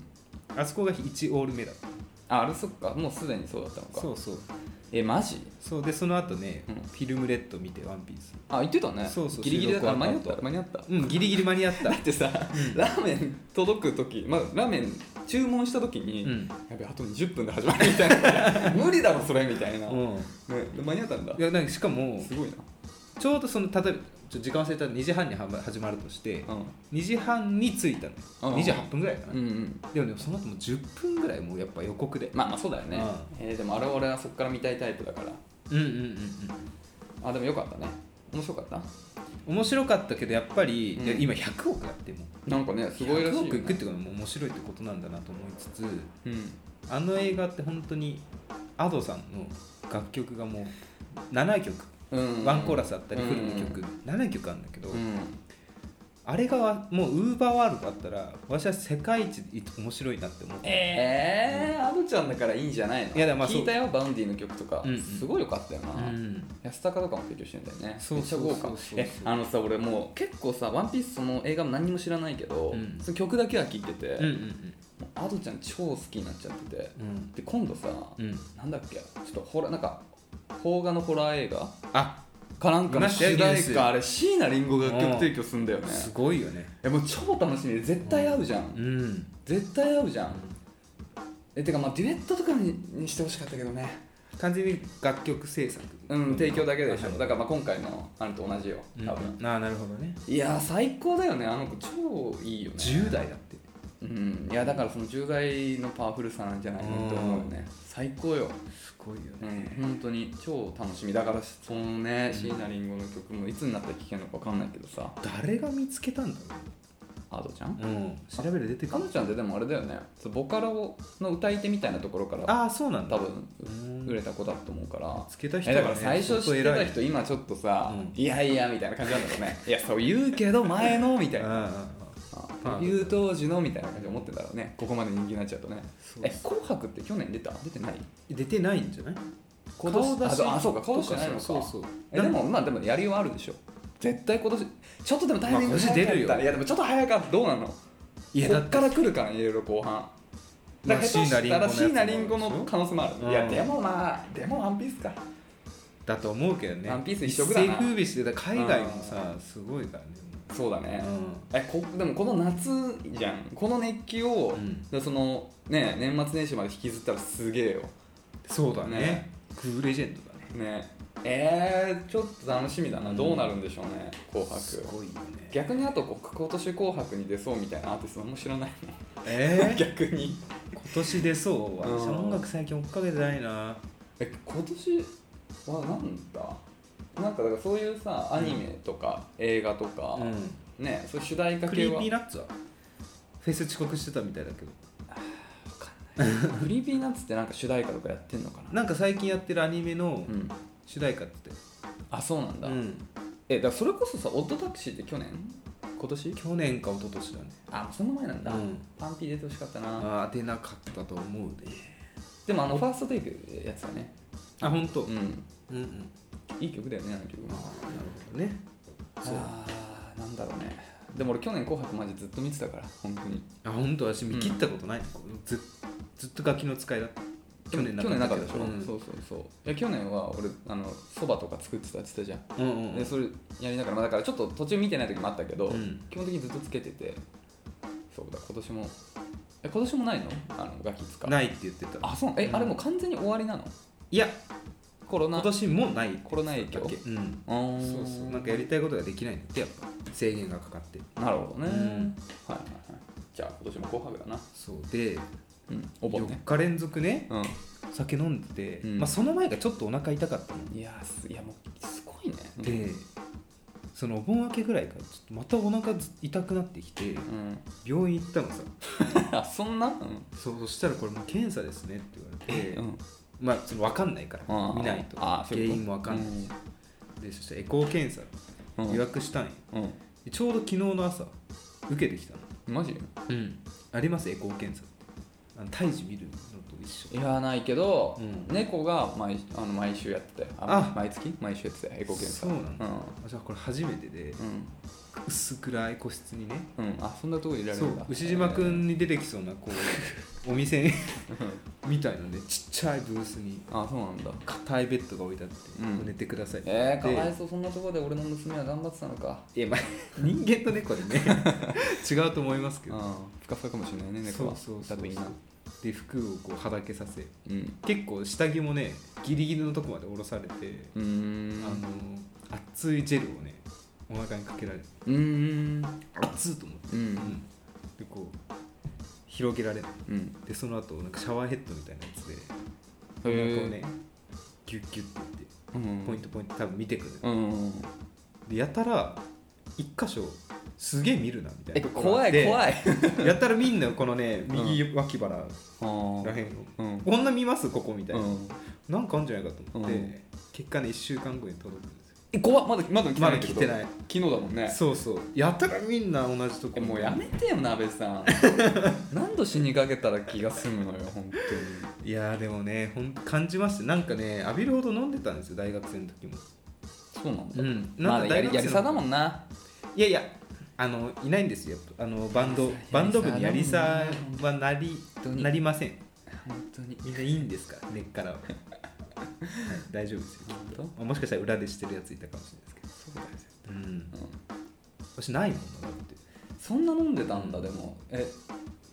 [SPEAKER 1] なあそこが1オール目だった
[SPEAKER 2] ああれそっかもうすでにそうだったのか
[SPEAKER 1] そうそう
[SPEAKER 2] えマジ
[SPEAKER 1] そうでその後ね、
[SPEAKER 2] うん
[SPEAKER 1] フィルムレッド見てワンピース
[SPEAKER 2] あ言ってたね
[SPEAKER 1] そうそう
[SPEAKER 2] ギリギリだから
[SPEAKER 1] 収録
[SPEAKER 2] 間
[SPEAKER 1] 終わっ
[SPEAKER 2] に合った
[SPEAKER 1] 後
[SPEAKER 2] た間に合った
[SPEAKER 1] うんギリギリ間に合 った
[SPEAKER 2] だってさ、ラーメン届く時、まあ、ラーメン注文した時に、
[SPEAKER 1] うん
[SPEAKER 2] やべあと20分で始まるみた いな無理だろそれみたいな、
[SPEAKER 1] う
[SPEAKER 2] ね、
[SPEAKER 1] ん
[SPEAKER 2] 間に合ったんだ
[SPEAKER 1] いやなんかしかも
[SPEAKER 2] すごいな
[SPEAKER 1] ちょうどその例えばちょっと時間忘れた2時半にはま始まるとして、
[SPEAKER 2] う
[SPEAKER 1] 2時半に着いたのよ、
[SPEAKER 2] うん
[SPEAKER 1] 28分ぐらいかな、
[SPEAKER 2] ん、うんうん
[SPEAKER 1] でもねその後もう10分ぐらいもうやっぱ予告で、
[SPEAKER 2] まあまあそうだよね、
[SPEAKER 1] うん
[SPEAKER 2] えーでもあれは俺はそこから見たいタイプだから
[SPEAKER 1] うんうんうん
[SPEAKER 2] あでもよかったね面白かった
[SPEAKER 1] うん面白かったけどやっぱり、
[SPEAKER 2] うん
[SPEAKER 1] いや今100億やってもう
[SPEAKER 2] なんかねすごいらしいよ、
[SPEAKER 1] 100
[SPEAKER 2] ね、
[SPEAKER 1] 億いくってことはもう面白いってことなんだなと思いつつ
[SPEAKER 2] うん
[SPEAKER 1] あの映画って本当に Ado さんの楽曲がもう7曲
[SPEAKER 2] うん
[SPEAKER 1] ワンコーラスあったり
[SPEAKER 2] うん
[SPEAKER 1] フルの曲、7曲あるんだけど、
[SPEAKER 2] うん
[SPEAKER 1] あれがもうウーバーワールドだったら私は世界一面白いなって思って、
[SPEAKER 2] えー、アドちゃんだからいいんじゃないの
[SPEAKER 1] いやでもまあそう
[SPEAKER 2] 聞いたよバウンディの曲とか、
[SPEAKER 1] うんうん
[SPEAKER 2] すごいよかったよな、
[SPEAKER 1] うん
[SPEAKER 2] 安高とかも提供してんだよね
[SPEAKER 1] そう
[SPEAKER 2] めっちゃ豪華
[SPEAKER 1] そうそうそうそう
[SPEAKER 2] えあのさ俺もう結構さ「ワンピースその映画も何にも知らないけど、
[SPEAKER 1] うん
[SPEAKER 2] その曲だけは聴いてて、
[SPEAKER 1] うんうん
[SPEAKER 2] もうアドちゃん超好きになっちゃってて
[SPEAKER 1] うん
[SPEAKER 2] で今度さ、
[SPEAKER 1] うんうん
[SPEAKER 2] なんだっけちょっとホラなんか邦画のホラー映画
[SPEAKER 1] あ
[SPEAKER 2] かなん
[SPEAKER 1] 見
[SPEAKER 2] か
[SPEAKER 1] ま
[SPEAKER 2] の
[SPEAKER 1] したよ
[SPEAKER 2] 主
[SPEAKER 1] ニュ
[SPEAKER 2] 題
[SPEAKER 1] ース
[SPEAKER 2] 歌あれ椎名林檎が楽曲提供すんだよね
[SPEAKER 1] すごいよね
[SPEAKER 2] えもう超楽しみで絶対合うじゃん、
[SPEAKER 1] うん
[SPEAKER 2] 絶対合うじゃんえてかまあデュエットとかににしてほしかったけどね
[SPEAKER 1] 完全に楽曲制作
[SPEAKER 2] うん提供だけでしょ、
[SPEAKER 1] はい
[SPEAKER 2] だからまあ今回のあれと同じよ
[SPEAKER 1] うん
[SPEAKER 2] 多分、
[SPEAKER 1] ああなるほどね
[SPEAKER 2] いやー最高だよねあの子超いいよね
[SPEAKER 1] 10代だって
[SPEAKER 2] うんいやだからその10代のパワフルさなんじゃないのと思うよね最高よ
[SPEAKER 1] すごいよ
[SPEAKER 2] う
[SPEAKER 1] ね
[SPEAKER 2] ん本当に超楽しみだからそのね椎名林檎の曲もいつになったら聴けるのか分かんないけどさ
[SPEAKER 1] 誰が見つけたんだ
[SPEAKER 2] アドちゃん
[SPEAKER 1] ろう、うん、調べる出てく
[SPEAKER 2] 彼
[SPEAKER 1] る
[SPEAKER 2] 女ちゃんってでもあれだよねそのボカロの歌い手みたいなところから
[SPEAKER 1] ああそうなんだ
[SPEAKER 2] 多分
[SPEAKER 1] うん
[SPEAKER 2] 売れた子だと思うから
[SPEAKER 1] つけた人
[SPEAKER 2] え
[SPEAKER 1] はね
[SPEAKER 2] だから最初知ってた人今ちょっとさ、
[SPEAKER 1] う
[SPEAKER 2] いやいやみたいな感じなんだろうねいやそう言うけど前のみたいな
[SPEAKER 1] うんうんうん
[SPEAKER 2] あいう当時のみたいな感じで思ってんだろうねここまで人気になっちゃうとね
[SPEAKER 1] そう
[SPEAKER 2] え紅白って去年出た出てない
[SPEAKER 1] 出てないんじゃない
[SPEAKER 2] 今年
[SPEAKER 1] 顔出し
[SPEAKER 2] あそうあそうか顔出してないのか
[SPEAKER 1] そうそう
[SPEAKER 2] えでもまあでもやりようあるでしょ絶対今年ちょっとでもタイミン
[SPEAKER 1] ま
[SPEAKER 2] グ
[SPEAKER 1] あ今年出るよ
[SPEAKER 2] 早かったいやでもちょっと早かったどうなの
[SPEAKER 1] いや
[SPEAKER 2] こ
[SPEAKER 1] だ
[SPEAKER 2] っ
[SPEAKER 1] って
[SPEAKER 2] から来るからいろいろ後半だ
[SPEAKER 1] まあ
[SPEAKER 2] から下手したら椎
[SPEAKER 1] 椎
[SPEAKER 2] 名
[SPEAKER 1] 名
[SPEAKER 2] 林
[SPEAKER 1] 林
[SPEAKER 2] 檎
[SPEAKER 1] 檎のやつも
[SPEAKER 2] の可能性もあるいや
[SPEAKER 1] うん
[SPEAKER 2] でもまあでもワンピースか
[SPEAKER 1] だと思うけどね
[SPEAKER 2] ワンピース一色だな
[SPEAKER 1] 一世風靡してた海外もさすごいからね
[SPEAKER 2] そうだ
[SPEAKER 1] う
[SPEAKER 2] ね、
[SPEAKER 1] ん
[SPEAKER 2] えこでもこの夏じゃんこの熱気を、
[SPEAKER 1] うん
[SPEAKER 2] でそのね年末年始まで引きずったらすげえよ
[SPEAKER 1] そうだね
[SPEAKER 2] ね
[SPEAKER 1] クーレジェンドだね
[SPEAKER 2] ねえー、ちょっと楽しみだな、
[SPEAKER 1] うん
[SPEAKER 2] どうなるんでしょうね紅
[SPEAKER 1] す
[SPEAKER 2] 白
[SPEAKER 1] ごいよね
[SPEAKER 2] 逆にあとこう今年紅白に出そうみたいなアーティストも知らないね
[SPEAKER 1] えー
[SPEAKER 2] 逆に
[SPEAKER 1] 今年出そう私
[SPEAKER 2] うん
[SPEAKER 1] 音楽最近追っかけてないな
[SPEAKER 2] え今年はなんだなんかだからそういうさアニメとか映画とか、
[SPEAKER 1] うん
[SPEAKER 2] ねそういう主題歌
[SPEAKER 1] ク
[SPEAKER 2] 系
[SPEAKER 1] リ
[SPEAKER 2] は
[SPEAKER 1] ーピーナッツはフェス遅刻してたみたいだけど
[SPEAKER 2] クリーピーナッツってなんか主題歌とかやってんのかな
[SPEAKER 1] なんか最近やってるアニメの
[SPEAKER 2] うん
[SPEAKER 1] 主題歌って
[SPEAKER 2] あそうなんだ、
[SPEAKER 1] 言ってたようん
[SPEAKER 2] えだからそれこそさ「オットタクシー」って去年今年
[SPEAKER 1] 去年か一昨年だね
[SPEAKER 2] あその前なんだ、
[SPEAKER 1] うん
[SPEAKER 2] パンピー出てほしかったな
[SPEAKER 1] あー出なかったと思うね
[SPEAKER 2] でもあのファーストテイクやつだね
[SPEAKER 1] あ本当。
[SPEAKER 2] う
[SPEAKER 1] うん
[SPEAKER 2] ん
[SPEAKER 1] うんなる
[SPEAKER 2] いい曲だよねあの曲も
[SPEAKER 1] ほどねそう
[SPEAKER 2] あーなんだろうねでも俺去年「紅白」マジずっと見てたから本当に
[SPEAKER 1] あ本当私見切ったことない、ずずっとガキの使いだった去年
[SPEAKER 2] 去年な
[SPEAKER 1] った
[SPEAKER 2] かったでしょ、
[SPEAKER 1] うん
[SPEAKER 2] そうそうそういや去年は俺あのそばとか作ってたって言ってたじ
[SPEAKER 1] うん
[SPEAKER 2] ゃん、
[SPEAKER 1] う
[SPEAKER 2] で
[SPEAKER 1] ん
[SPEAKER 2] それやりながら、まあ、だからちょっと途中見てない時もあったけど、
[SPEAKER 1] うん
[SPEAKER 2] 基本的にずっとつけててそうだ今年もえ今年もないのあのガキ使
[SPEAKER 1] う、
[SPEAKER 2] うん
[SPEAKER 1] ないって言ってた
[SPEAKER 2] あそうなのえ、
[SPEAKER 1] うん
[SPEAKER 2] あれもう完全に終わりなの
[SPEAKER 1] いや
[SPEAKER 2] コロナ
[SPEAKER 1] 今年もうないって
[SPEAKER 2] コロナ影響
[SPEAKER 1] 言ってたっけうん
[SPEAKER 2] あー
[SPEAKER 1] そうそうなんかやりたいことができないんだってやっぱ制限がかかって
[SPEAKER 2] なるほど
[SPEAKER 1] う
[SPEAKER 2] ね、
[SPEAKER 1] ん
[SPEAKER 2] はいはいはいじゃあ今年も紅白だな
[SPEAKER 1] そうで
[SPEAKER 2] うんお盆ね
[SPEAKER 1] 4日連続ね
[SPEAKER 2] うん
[SPEAKER 1] 酒飲んでて、
[SPEAKER 2] うん
[SPEAKER 1] まあ、その前がちょっとお腹痛かったの、
[SPEAKER 2] いやーすいやもうすごいね
[SPEAKER 1] でそのお盆明けぐらいからちょっとまたお腹ず痛くなってきて
[SPEAKER 2] うん
[SPEAKER 1] 病院行ったのさ
[SPEAKER 2] あそんなうん
[SPEAKER 1] そうそしたらこれもう検査ですねって言われて、
[SPEAKER 2] うん
[SPEAKER 1] まあその分かんないか
[SPEAKER 2] あ
[SPEAKER 1] ら
[SPEAKER 2] ー
[SPEAKER 1] 見ないと
[SPEAKER 2] あー
[SPEAKER 1] 原
[SPEAKER 2] そういうこと
[SPEAKER 1] 因も分かんないし、でそしてエコー検査
[SPEAKER 2] うん
[SPEAKER 1] 予約したんよ、
[SPEAKER 2] うん
[SPEAKER 1] でちょうど昨日の朝受けてきたの、
[SPEAKER 2] マジ
[SPEAKER 1] ありますエコー検査ってあの胎児見るのと一緒
[SPEAKER 2] いやないけど、
[SPEAKER 1] うん
[SPEAKER 2] 猫が毎あの毎週やってたよあ
[SPEAKER 1] あ
[SPEAKER 2] 毎月毎週やってたよエコ検
[SPEAKER 1] そ
[SPEAKER 2] 査
[SPEAKER 1] うなんだ
[SPEAKER 2] うん
[SPEAKER 1] あじゃあこれ初めてで薄暗い個室にね
[SPEAKER 2] うん、うん、あそんなとこにいられ
[SPEAKER 1] そ
[SPEAKER 2] る
[SPEAKER 1] うん
[SPEAKER 2] だ
[SPEAKER 1] 牛島くんに出てきそうなこうお店 にみたいのでちっちゃいブースに
[SPEAKER 2] あそうなんだ
[SPEAKER 1] 硬いベッドが置いてあって、
[SPEAKER 2] うん
[SPEAKER 1] 寝てくださいって
[SPEAKER 2] えー、か
[SPEAKER 1] で
[SPEAKER 2] わいそうそんなところで俺の娘は頑張ってたのか
[SPEAKER 1] いやまあ 人間と猫で ね違うと思いますけ
[SPEAKER 2] う
[SPEAKER 1] ど
[SPEAKER 2] んふかふかかもしれないね
[SPEAKER 1] そ
[SPEAKER 2] 猫
[SPEAKER 1] う
[SPEAKER 2] は
[SPEAKER 1] そうそ
[SPEAKER 2] だ
[SPEAKER 1] う
[SPEAKER 2] といいな
[SPEAKER 1] で服をこうはだけさせ
[SPEAKER 2] うん
[SPEAKER 1] 結構下着もねギリギリのとこまで下ろされて、
[SPEAKER 2] うーん
[SPEAKER 1] あの熱いジェルをねお腹にかけられて
[SPEAKER 2] うーん
[SPEAKER 1] 熱っと思って、
[SPEAKER 2] うん
[SPEAKER 1] うんでこう広げられて
[SPEAKER 2] うん
[SPEAKER 1] でその後なんかシャワーヘッドみたいなやつでお
[SPEAKER 2] へー
[SPEAKER 1] 腹をねギュッギュッっていって
[SPEAKER 2] うん
[SPEAKER 1] ポイントポイント多分見てくる、
[SPEAKER 2] うんうんうん
[SPEAKER 1] でやたら一箇所すげえ見るなみたい
[SPEAKER 2] え
[SPEAKER 1] なところがあ
[SPEAKER 2] 怖
[SPEAKER 1] って
[SPEAKER 2] い怖い
[SPEAKER 1] やったらみんなこのね右脇腹ら
[SPEAKER 2] あー
[SPEAKER 1] へんを、
[SPEAKER 2] うん
[SPEAKER 1] こんな見ますここみたいな、
[SPEAKER 2] うん
[SPEAKER 1] なんかあるんじゃないかと思って、
[SPEAKER 2] うん
[SPEAKER 1] 結果ね1週間後に届くんですよ
[SPEAKER 2] え怖っまだまだ来てな
[SPEAKER 1] ま
[SPEAKER 2] い
[SPEAKER 1] だ
[SPEAKER 2] け
[SPEAKER 1] 来
[SPEAKER 2] ど
[SPEAKER 1] てない
[SPEAKER 2] 昨日だもんね
[SPEAKER 1] そうそうやたらみんな同じと
[SPEAKER 2] え
[SPEAKER 1] こ
[SPEAKER 2] もうやめてよ 鍋さん何度死にかけたら気が済むのよ本当
[SPEAKER 1] いやーでもねほん感じましたなんかね浴びるほど飲んでたんですよ大学生の時も
[SPEAKER 2] にそうなんだ、
[SPEAKER 1] うん
[SPEAKER 2] ま
[SPEAKER 1] な
[SPEAKER 2] あ
[SPEAKER 1] んか大
[SPEAKER 2] やり
[SPEAKER 1] 学生の
[SPEAKER 2] やりさだもんない
[SPEAKER 1] やいやあのいないんですよあのバンドバンド部にやりさはなり
[SPEAKER 2] 当に
[SPEAKER 1] なりません
[SPEAKER 2] 本当に
[SPEAKER 1] みんないいんですから根っからは、はい、大丈夫ですよ
[SPEAKER 2] 本当
[SPEAKER 1] まあもしかしたら裏でしてるやついたかもしれないですけど
[SPEAKER 2] そうだよ絶
[SPEAKER 1] うん
[SPEAKER 2] 対、うん
[SPEAKER 1] 私ないもんなだって
[SPEAKER 2] そんな飲んでたんだでもえ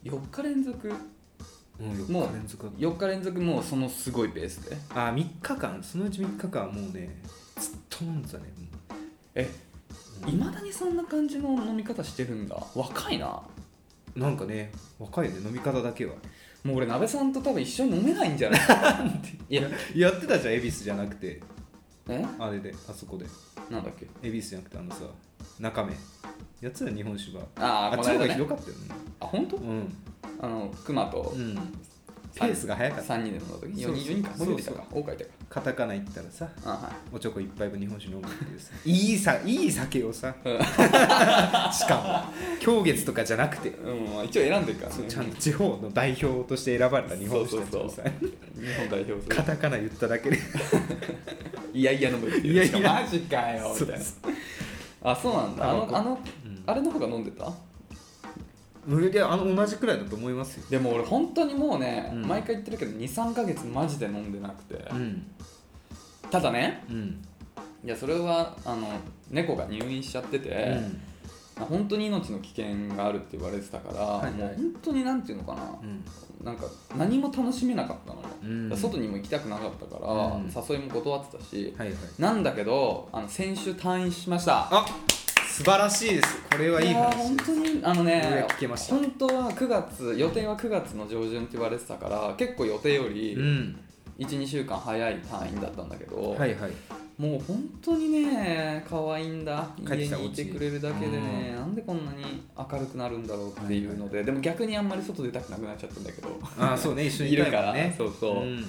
[SPEAKER 2] 4日連続
[SPEAKER 1] うん
[SPEAKER 2] も
[SPEAKER 1] 4
[SPEAKER 2] う
[SPEAKER 1] 日連続だった
[SPEAKER 2] 4日連続もうそのすごいペースで
[SPEAKER 1] あ3日間そのうち3日間はもうねずっと飲んでたねも
[SPEAKER 2] え
[SPEAKER 1] う
[SPEAKER 2] いまだにそんな感じの飲み方してるんだ若いな
[SPEAKER 1] なんかね若いよね飲み方だけは
[SPEAKER 2] もう俺鍋さんと多分一緒に飲めないんじゃない いや
[SPEAKER 1] やってたじゃん恵比寿じゃなくて
[SPEAKER 2] え
[SPEAKER 1] あれであそこで
[SPEAKER 2] なんだっけ
[SPEAKER 1] 恵比寿じゃなくてあのさ中目やってたよ日本酒は
[SPEAKER 2] あ
[SPEAKER 1] あ
[SPEAKER 2] ー
[SPEAKER 1] っ
[SPEAKER 2] こ
[SPEAKER 1] ち
[SPEAKER 2] の
[SPEAKER 1] の方
[SPEAKER 2] 間
[SPEAKER 1] がひど
[SPEAKER 2] ね
[SPEAKER 1] かったよね
[SPEAKER 2] あ本当
[SPEAKER 1] うん
[SPEAKER 2] あの熊と
[SPEAKER 1] うんペースが速かった
[SPEAKER 2] 3人で飲んだ時
[SPEAKER 1] そうそ
[SPEAKER 2] 4
[SPEAKER 1] う
[SPEAKER 2] 人4人か
[SPEAKER 1] そうそう
[SPEAKER 2] 森田か大海いたか
[SPEAKER 1] カタカナ行ったらさ
[SPEAKER 2] あはい
[SPEAKER 1] おちょこ一杯分日本酒飲むっていう さいいさいい酒をさ しかも狂月とかじゃなくて
[SPEAKER 2] うんまあ、一応選んでるからね
[SPEAKER 1] ちゃんと地方の代表として選ばれた日本酒たちをさ
[SPEAKER 2] そう日本代表する
[SPEAKER 1] カタカナ言っただけで
[SPEAKER 2] いやいや飲むっていう
[SPEAKER 1] いやいや
[SPEAKER 2] マジかよみたいな
[SPEAKER 1] そう
[SPEAKER 2] あそうなんだあの
[SPEAKER 1] タバコ
[SPEAKER 2] あの
[SPEAKER 1] うん
[SPEAKER 2] あれの方が飲んでた
[SPEAKER 1] うんいやあの同じくらいだと思いますよ
[SPEAKER 2] でも俺本当にもうね、
[SPEAKER 1] うん
[SPEAKER 2] 毎回言ってるけど23ヶ月マジで飲んでなくて、
[SPEAKER 1] ん
[SPEAKER 2] ただね
[SPEAKER 1] うん
[SPEAKER 2] いやそれはあの猫が入院しちゃってて、まあ本当に命の危険があるって言われてたから、
[SPEAKER 1] いはい
[SPEAKER 2] もう本当になんていうのかな、
[SPEAKER 1] うん
[SPEAKER 2] なんか何も楽しめなかったの、
[SPEAKER 1] うん
[SPEAKER 2] だから外にも行きたくなかったから、
[SPEAKER 1] うん
[SPEAKER 2] 誘いも断ってたし、
[SPEAKER 1] はいはい
[SPEAKER 2] なんだけどあの先週退院しました
[SPEAKER 1] あ素晴らしいですこれはいい
[SPEAKER 2] やー
[SPEAKER 1] 話
[SPEAKER 2] 本
[SPEAKER 1] です
[SPEAKER 2] 当にあの
[SPEAKER 1] ようや
[SPEAKER 2] ね
[SPEAKER 1] く聞けました
[SPEAKER 2] 本当は9月予定は9月の上旬って言われてたから結構予定より
[SPEAKER 1] うん
[SPEAKER 2] 12、週間早い退院だったんだけど、
[SPEAKER 1] はいはい
[SPEAKER 2] もう本当にね可愛いんだ
[SPEAKER 1] 帰って
[SPEAKER 2] 家
[SPEAKER 1] きた
[SPEAKER 2] にいてくれるだけでね
[SPEAKER 1] う
[SPEAKER 2] なんでこんなに明るくなるんだろうっていうので、でも逆にあんまり外出たくなくなっちゃったんだけど
[SPEAKER 1] あーそう ね一緒に
[SPEAKER 2] いる
[SPEAKER 1] た
[SPEAKER 2] か
[SPEAKER 1] も
[SPEAKER 2] ら
[SPEAKER 1] んね
[SPEAKER 2] そうそう、
[SPEAKER 1] ん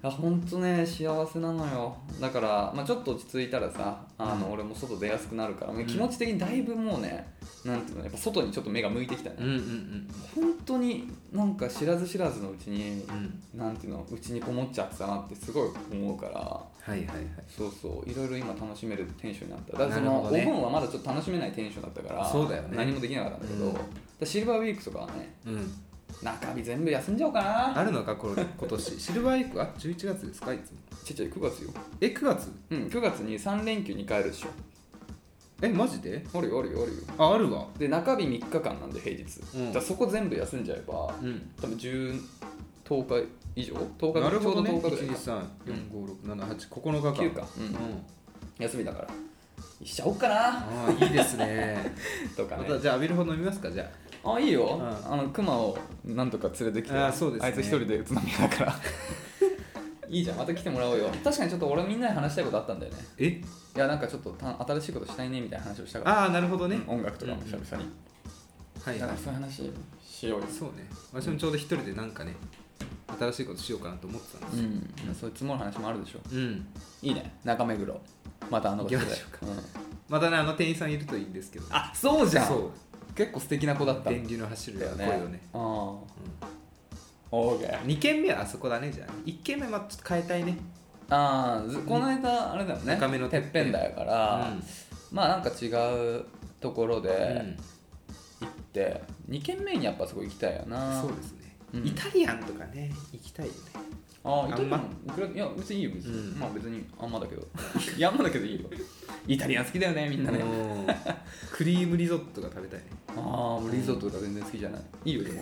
[SPEAKER 2] あ本当ね幸せなのよだから、まあ、ちょっと落ち着いたらさあの、
[SPEAKER 1] うん
[SPEAKER 2] 俺も外出やすくなるから、
[SPEAKER 1] ん
[SPEAKER 2] 気持ち的にだいぶもうねなんていうのやっぱ外にちょっと目が向いてきたね、
[SPEAKER 1] うんうん
[SPEAKER 2] 本当になんか知らず知らずのうちに
[SPEAKER 1] うんう、ん
[SPEAKER 2] なんていうのうちにこもっちゃってたなってすごい思うから
[SPEAKER 1] はいはいはい
[SPEAKER 2] そうそういろいろ今楽しめるテンションになっただから
[SPEAKER 1] な
[SPEAKER 2] そ
[SPEAKER 1] る
[SPEAKER 2] の、
[SPEAKER 1] ほどね
[SPEAKER 2] お盆はまだちょっと楽しめないテンションだったから
[SPEAKER 1] そうだよね
[SPEAKER 2] 何もできなかったんだけど、
[SPEAKER 1] うん
[SPEAKER 2] だからシルバーウィークとかはね
[SPEAKER 1] うん
[SPEAKER 2] 中日全部休んじゃおうかな
[SPEAKER 1] あるのかこれ今年 シルバーウィークあ11月ですかいつも
[SPEAKER 2] ちっちゃい9月よ
[SPEAKER 1] え9月
[SPEAKER 2] うん9月に3連休に帰るでしょ
[SPEAKER 1] えマジで
[SPEAKER 2] あるよあるよあるよ
[SPEAKER 1] ああるわ
[SPEAKER 2] で中日3日間なんで平日、
[SPEAKER 1] うん
[SPEAKER 2] だからそこ全部休んじゃえば
[SPEAKER 1] うん
[SPEAKER 2] 多分10 10日以上10日
[SPEAKER 1] なるほどね
[SPEAKER 2] ちょうど10日ぐらいか
[SPEAKER 1] 123456789日間
[SPEAKER 2] 9か、う
[SPEAKER 1] うんん
[SPEAKER 2] 休みだからしちゃおうかな
[SPEAKER 1] ああいいです ね
[SPEAKER 2] とか
[SPEAKER 1] ま
[SPEAKER 2] ね
[SPEAKER 1] たじゃあアビルホ飲みますかじゃ
[SPEAKER 2] あいいよ、
[SPEAKER 1] うん
[SPEAKER 2] あのクマをなんとか連れてきて
[SPEAKER 1] あーそうですね
[SPEAKER 2] あいつ一人で津波だから いいじゃんまた来てもらおうよ確かにちょっと俺みんなに話したいことあったんだよね
[SPEAKER 1] あえ
[SPEAKER 2] いやなんかちょっとた新しいことしたいねみたいな話をしたから
[SPEAKER 1] ああなるほどね
[SPEAKER 2] 音楽とかも久々に、
[SPEAKER 1] はい
[SPEAKER 2] だ
[SPEAKER 1] は
[SPEAKER 2] か
[SPEAKER 1] い
[SPEAKER 2] らそういう話しようよ
[SPEAKER 1] そうね私もちょうど一人でなんかね新しいことしようかなと思ってたんで
[SPEAKER 2] う
[SPEAKER 1] すよ
[SPEAKER 2] ん、そういう積もる話もあるでしょ
[SPEAKER 1] うん
[SPEAKER 2] いいね中目黒またあの場所で
[SPEAKER 1] 行きましょうか
[SPEAKER 2] ん
[SPEAKER 1] またねあの店員さんいるといいんですけど
[SPEAKER 2] あそうじゃん
[SPEAKER 1] そ
[SPEAKER 2] 結構素敵な子だっ
[SPEAKER 1] う
[SPEAKER 2] た
[SPEAKER 1] 電流の走る
[SPEAKER 2] だ
[SPEAKER 1] よ
[SPEAKER 2] よ
[SPEAKER 1] う
[SPEAKER 2] ね
[SPEAKER 1] な声をね
[SPEAKER 2] ああ、オーケー
[SPEAKER 1] 2軒目はあそこだねじゃあ1軒目はちょっと変えたいね
[SPEAKER 2] ああずこの間あれだよね
[SPEAKER 1] 中目の
[SPEAKER 2] て
[SPEAKER 1] て
[SPEAKER 2] っ
[SPEAKER 1] っ
[SPEAKER 2] ぺ
[SPEAKER 1] ぺん
[SPEAKER 2] んだよから、
[SPEAKER 1] うん
[SPEAKER 2] まあなんか違うところ
[SPEAKER 1] う
[SPEAKER 2] で
[SPEAKER 1] ん
[SPEAKER 2] 行って、二2軒目にやっぱそこ行きたいよな
[SPEAKER 1] そうですね
[SPEAKER 2] うん
[SPEAKER 1] イタリアンとかね行きたいよね
[SPEAKER 2] ああイタリア
[SPEAKER 1] あん
[SPEAKER 2] ンいくらいや別にいいよ別に、
[SPEAKER 1] うん
[SPEAKER 2] まあ別にあんまだけど いやあんまだけどいいよイタリアン好きだよねみんなね、
[SPEAKER 1] うんクリームリゾットが食 べたいね
[SPEAKER 2] ああもうリゾートとか全然好きじゃないいいよで も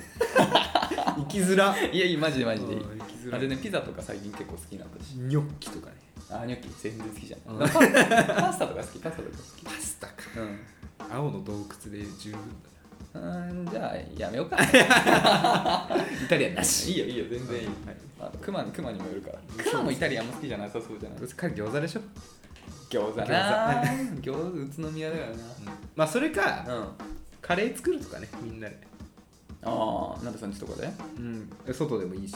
[SPEAKER 1] 行きづら
[SPEAKER 2] いやいいマジでマジでいい
[SPEAKER 1] うん行きづ
[SPEAKER 2] あ
[SPEAKER 1] らい
[SPEAKER 2] れねピザとか最近結構好きになったし
[SPEAKER 1] ニョッキとかね
[SPEAKER 2] あニョッキ全然好きじゃ
[SPEAKER 1] うん
[SPEAKER 2] ないパスタパスタとか好きパスタとか
[SPEAKER 1] パスタか
[SPEAKER 2] 好きうん
[SPEAKER 1] 青の洞窟で十分
[SPEAKER 2] うーんじゃあやめよ うか
[SPEAKER 1] だイタリアンなし
[SPEAKER 2] いいよいいよ全然いい、
[SPEAKER 1] はい
[SPEAKER 2] あと熊に熊にもよるから熊もイタリアンも好きじゃなさそうじゃない
[SPEAKER 1] どうせ彼餃子でしょ、
[SPEAKER 2] 餃子な餃子宇都宮だよ
[SPEAKER 1] まあそれか、
[SPEAKER 2] なうん
[SPEAKER 1] カレー作るとかねみんなで
[SPEAKER 2] ああ鍋さんちとかで
[SPEAKER 1] うん外でもいいし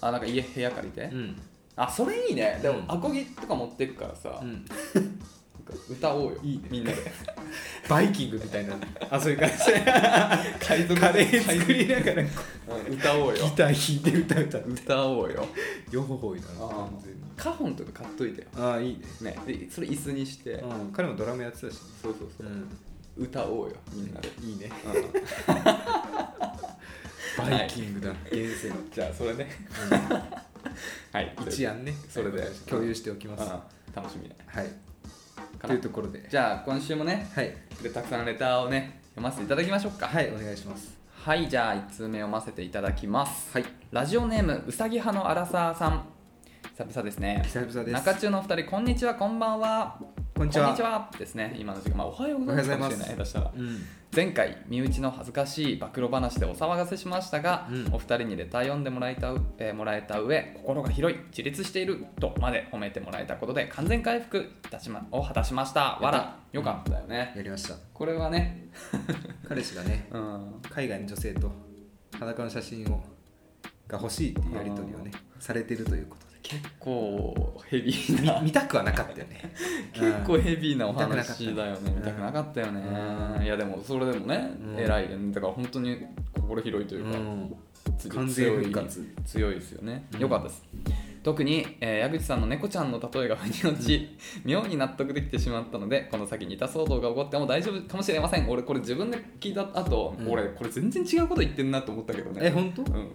[SPEAKER 2] あなんか家部屋借りて、
[SPEAKER 1] ん、
[SPEAKER 2] あそれいいねでも
[SPEAKER 1] うん
[SPEAKER 2] アコギとか持ってくからさ、
[SPEAKER 1] う
[SPEAKER 2] なんか
[SPEAKER 1] ん、
[SPEAKER 2] 歌おうよ
[SPEAKER 1] いいね
[SPEAKER 2] みんなで
[SPEAKER 1] バイキングみたいな あそういう感じ
[SPEAKER 2] 海賊
[SPEAKER 1] カレー作りながらギ
[SPEAKER 2] うん歌おうよ
[SPEAKER 1] ター弾いて歌うた
[SPEAKER 2] 歌おうよ
[SPEAKER 1] 両方多いな
[SPEAKER 2] あー
[SPEAKER 1] 完全に
[SPEAKER 2] カホンとか買っといてよ、
[SPEAKER 1] ああいいね、
[SPEAKER 2] ね、でそれ椅子にして、
[SPEAKER 1] うん、彼もドラムやってたし、ね
[SPEAKER 2] そうそうそう、
[SPEAKER 1] ん、
[SPEAKER 2] 歌おうよみんなで、
[SPEAKER 1] いいね
[SPEAKER 2] うん
[SPEAKER 1] バイキングだ、現世の
[SPEAKER 2] じゃあそれねはい
[SPEAKER 1] 一案ね
[SPEAKER 2] それで
[SPEAKER 1] 共有しておきます、
[SPEAKER 2] うん楽しみだ
[SPEAKER 1] はい
[SPEAKER 2] か
[SPEAKER 1] と
[SPEAKER 2] な
[SPEAKER 1] いうところで
[SPEAKER 2] じゃあ今週もね
[SPEAKER 1] はい
[SPEAKER 2] たくさんレターをね読ませていただきましょうか
[SPEAKER 1] はいお願いします
[SPEAKER 2] はいじゃあ1通目読ませていただきますはいラジオネームうさぎ派のアラサーさん久々ですね
[SPEAKER 1] 久々です
[SPEAKER 2] 中中のお二人こんにちはこんばんは
[SPEAKER 1] こんにちは
[SPEAKER 2] ですね今の時間まあおはようございますかもしれない
[SPEAKER 1] おはようございます
[SPEAKER 2] 下手したら
[SPEAKER 1] うん
[SPEAKER 2] 前回身内の恥ずかしい暴露話でお騒がせしましたが、
[SPEAKER 1] うん
[SPEAKER 2] お二人にレター読んでもらえた,、えーもらえた上心が広い自立しているとまで褒めてもらえたことで完全回復いたしまを果たしましたわらよかったよね
[SPEAKER 1] やりました
[SPEAKER 2] これはね
[SPEAKER 1] 彼氏がね
[SPEAKER 2] うん
[SPEAKER 1] 海外の女性と裸の写真をが欲しいっていうやり取りをねされてるということで
[SPEAKER 2] 結構ヘビーな
[SPEAKER 1] 見たくはなかったよ ね
[SPEAKER 2] 結構ヘビーなお話
[SPEAKER 1] 見
[SPEAKER 2] だ
[SPEAKER 1] た
[SPEAKER 2] よね
[SPEAKER 1] 見
[SPEAKER 2] 見た
[SPEAKER 1] た
[SPEAKER 2] く
[SPEAKER 1] く
[SPEAKER 2] な
[SPEAKER 1] な
[SPEAKER 2] かったよね
[SPEAKER 1] うん
[SPEAKER 2] いやでもそれでもね、
[SPEAKER 1] うん
[SPEAKER 2] 偉いねだから本当に心広いといううか、
[SPEAKER 1] ん
[SPEAKER 2] つ
[SPEAKER 1] 完全復活
[SPEAKER 2] 強い強いですよね、
[SPEAKER 1] うん
[SPEAKER 2] よかったです特に、えー矢口さんの猫ちゃんの例えが腑に落 ち、妙に納得できてしまったのでこの先似た騒動が起こっても大丈夫かもしれません俺これ自分で聞いた後、
[SPEAKER 1] うん
[SPEAKER 2] 俺これ全然違うこと言ってんなと思ったけど
[SPEAKER 1] え
[SPEAKER 2] ね
[SPEAKER 1] 本当
[SPEAKER 2] うん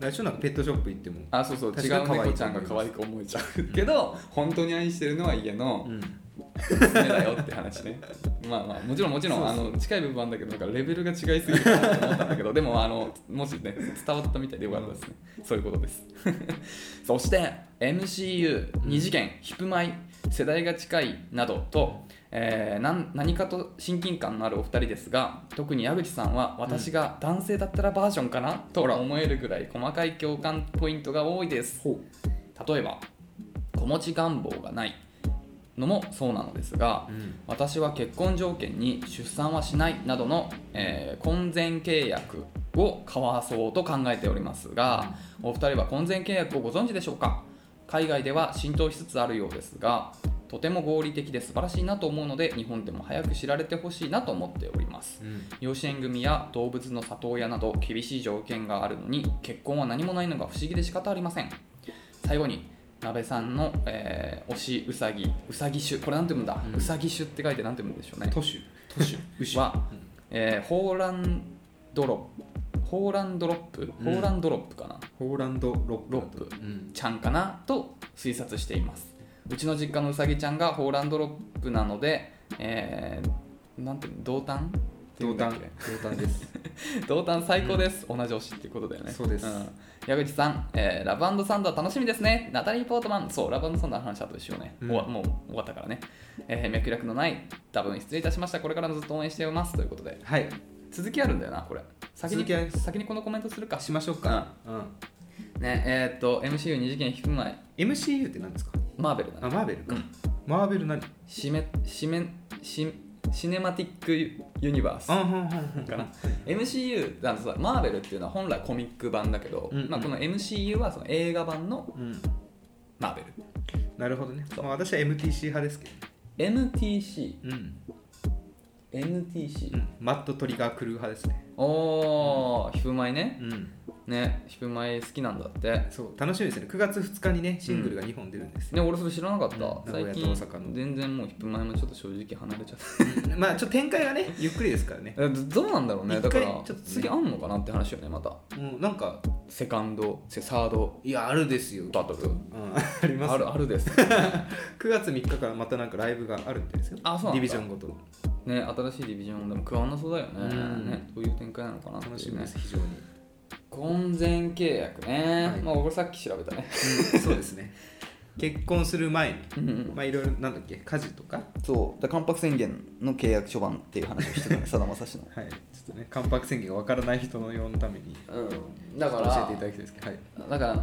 [SPEAKER 1] 来週なんかペットショップ行っても
[SPEAKER 2] あそうそう違
[SPEAKER 1] 確かに
[SPEAKER 2] う
[SPEAKER 1] 可愛い
[SPEAKER 2] 猫ちゃんが可愛く思えちゃうけど本当に愛してるのは家の
[SPEAKER 1] うん
[SPEAKER 2] 娘だよって話ね まあまあもちろんもちろん
[SPEAKER 1] そうそう
[SPEAKER 2] あの近い部分はあんだけどなんかレベルが違いすぎるかなと思ったんだけどでもあのもしね伝わったみたいでよかったですね、そういうことです そして MCU2 次元、ヒプマイ世代が近いなどと、えーなん何かと親近感のあるお二人ですが特に矢口さんは私が男性だったらバージョンかな、と思えるぐらい細かい共感ポイントが多いです例えば子持ち願望がないのもそうなのですが、
[SPEAKER 1] うん
[SPEAKER 2] 私は結婚条件に出産はしないなどの、えー婚前契約を交わそうと考えておりますがお二人は婚前契約をご存知でしょうか海外では浸透しつつあるようですがとても合理的で素晴らしいなと思うので日本でも早く知られてほしいなと思っております
[SPEAKER 1] うん
[SPEAKER 2] 養子縁組や動物の里親など厳しい条件があるのに結婚は何もないのが不思議で仕方ありません最後に鍋さんの、えー推しうさぎうさぎ種これなんて読むんだ、
[SPEAKER 1] う
[SPEAKER 2] うんさぎ種って書いてなんて読むんでしょうね
[SPEAKER 1] 都市
[SPEAKER 2] 都市
[SPEAKER 1] 牛
[SPEAKER 2] は、
[SPEAKER 1] うん
[SPEAKER 2] えーホーランドロップホーランドロップ
[SPEAKER 1] うん
[SPEAKER 2] ホーランドロップかな、
[SPEAKER 1] ホーランドロップ
[SPEAKER 2] ロップ
[SPEAKER 1] うん
[SPEAKER 2] ちゃんかなと推察していますうちの実家のうさぎちゃんがホーランドロップなので、えーなんて同担ってい
[SPEAKER 1] 同
[SPEAKER 2] うんだっ
[SPEAKER 1] 担
[SPEAKER 2] け
[SPEAKER 1] 同担です
[SPEAKER 2] 同担最高です、同じ推しっていうことだよね
[SPEAKER 1] そうです
[SPEAKER 2] ん矢口さん、えーラブサンダー楽しみですねナタリー・ポートマンそうラブサンダーの話あとでしようね、
[SPEAKER 1] うん
[SPEAKER 2] 終わもう終わったからね、えー脈絡のない多分失礼いたしましたこれからもずっと応援していますということで
[SPEAKER 1] はい
[SPEAKER 2] 続きあるんだよなこれ先に
[SPEAKER 1] 続きある
[SPEAKER 2] 先にこのコメントするか
[SPEAKER 1] しましょうか、う
[SPEAKER 2] ねえーっと MCU2 次元引く前
[SPEAKER 1] ん、MCU って何ですか
[SPEAKER 2] マーベルだ
[SPEAKER 1] あ
[SPEAKER 2] ね
[SPEAKER 1] マーベルか、
[SPEAKER 2] うん
[SPEAKER 1] マーベル何
[SPEAKER 2] シメシメシシネマティックユニバース
[SPEAKER 1] あはんはんはん
[SPEAKER 2] かな MCU あのさマーベルっていうのは本来コミック版だけど、
[SPEAKER 1] うんうん
[SPEAKER 2] まあ、この MCU はその映画版の
[SPEAKER 1] うん
[SPEAKER 2] マーベル
[SPEAKER 1] なるほどね、
[SPEAKER 2] そう
[SPEAKER 1] まあ、私は MTC 派ですけど、
[SPEAKER 2] MTC
[SPEAKER 1] うんう
[SPEAKER 2] MTC、
[SPEAKER 1] ん、マットトリガークルー派ですね
[SPEAKER 2] おおーひふまいね
[SPEAKER 1] うん
[SPEAKER 2] ねひふまい好きなんだって
[SPEAKER 1] そう楽しみですね9月2日にねシングルが2本出るんですよ、
[SPEAKER 2] ね俺それ知らなかった、
[SPEAKER 1] うん名古
[SPEAKER 2] 最
[SPEAKER 1] 屋と
[SPEAKER 2] 近
[SPEAKER 1] 大阪の
[SPEAKER 2] 全然もうひふまいもちょっと正直離れちゃっ
[SPEAKER 1] まあちょっと展開がねゆっくりですからね
[SPEAKER 2] たえどどうなんだろうね
[SPEAKER 1] 一
[SPEAKER 2] だ
[SPEAKER 1] 回
[SPEAKER 2] から
[SPEAKER 1] ちょっとね
[SPEAKER 2] 次あんのかなって話よねまた
[SPEAKER 1] もうなんか
[SPEAKER 2] セカンドセサード
[SPEAKER 1] いやあるですよ
[SPEAKER 2] バトル
[SPEAKER 1] うん、あります
[SPEAKER 2] あるあるです
[SPEAKER 1] 9月3日からまたなんかライブがあるみたいですよ
[SPEAKER 2] あそうなんだ
[SPEAKER 1] ディビジョンごと
[SPEAKER 2] ね新しいディビジョンでも加わんなそうだよね,、
[SPEAKER 1] うん
[SPEAKER 2] ねどういう展開なのかなっていうね
[SPEAKER 1] 楽しみです非常に、
[SPEAKER 2] 婚前契約ね、
[SPEAKER 1] はい
[SPEAKER 2] まあ俺さっき調べたね
[SPEAKER 1] うん、そうですね結婚する前に
[SPEAKER 2] うん
[SPEAKER 1] まあいろいろなんだっけ家事とか
[SPEAKER 2] そうだ関白宣言の契約書版っていう話をしてた ねさだまさしの
[SPEAKER 1] はいちょっとね関白宣言がわからない人のようのために
[SPEAKER 2] うんだか
[SPEAKER 1] 教えていただ
[SPEAKER 2] ら
[SPEAKER 1] きたいですけどはい
[SPEAKER 2] だから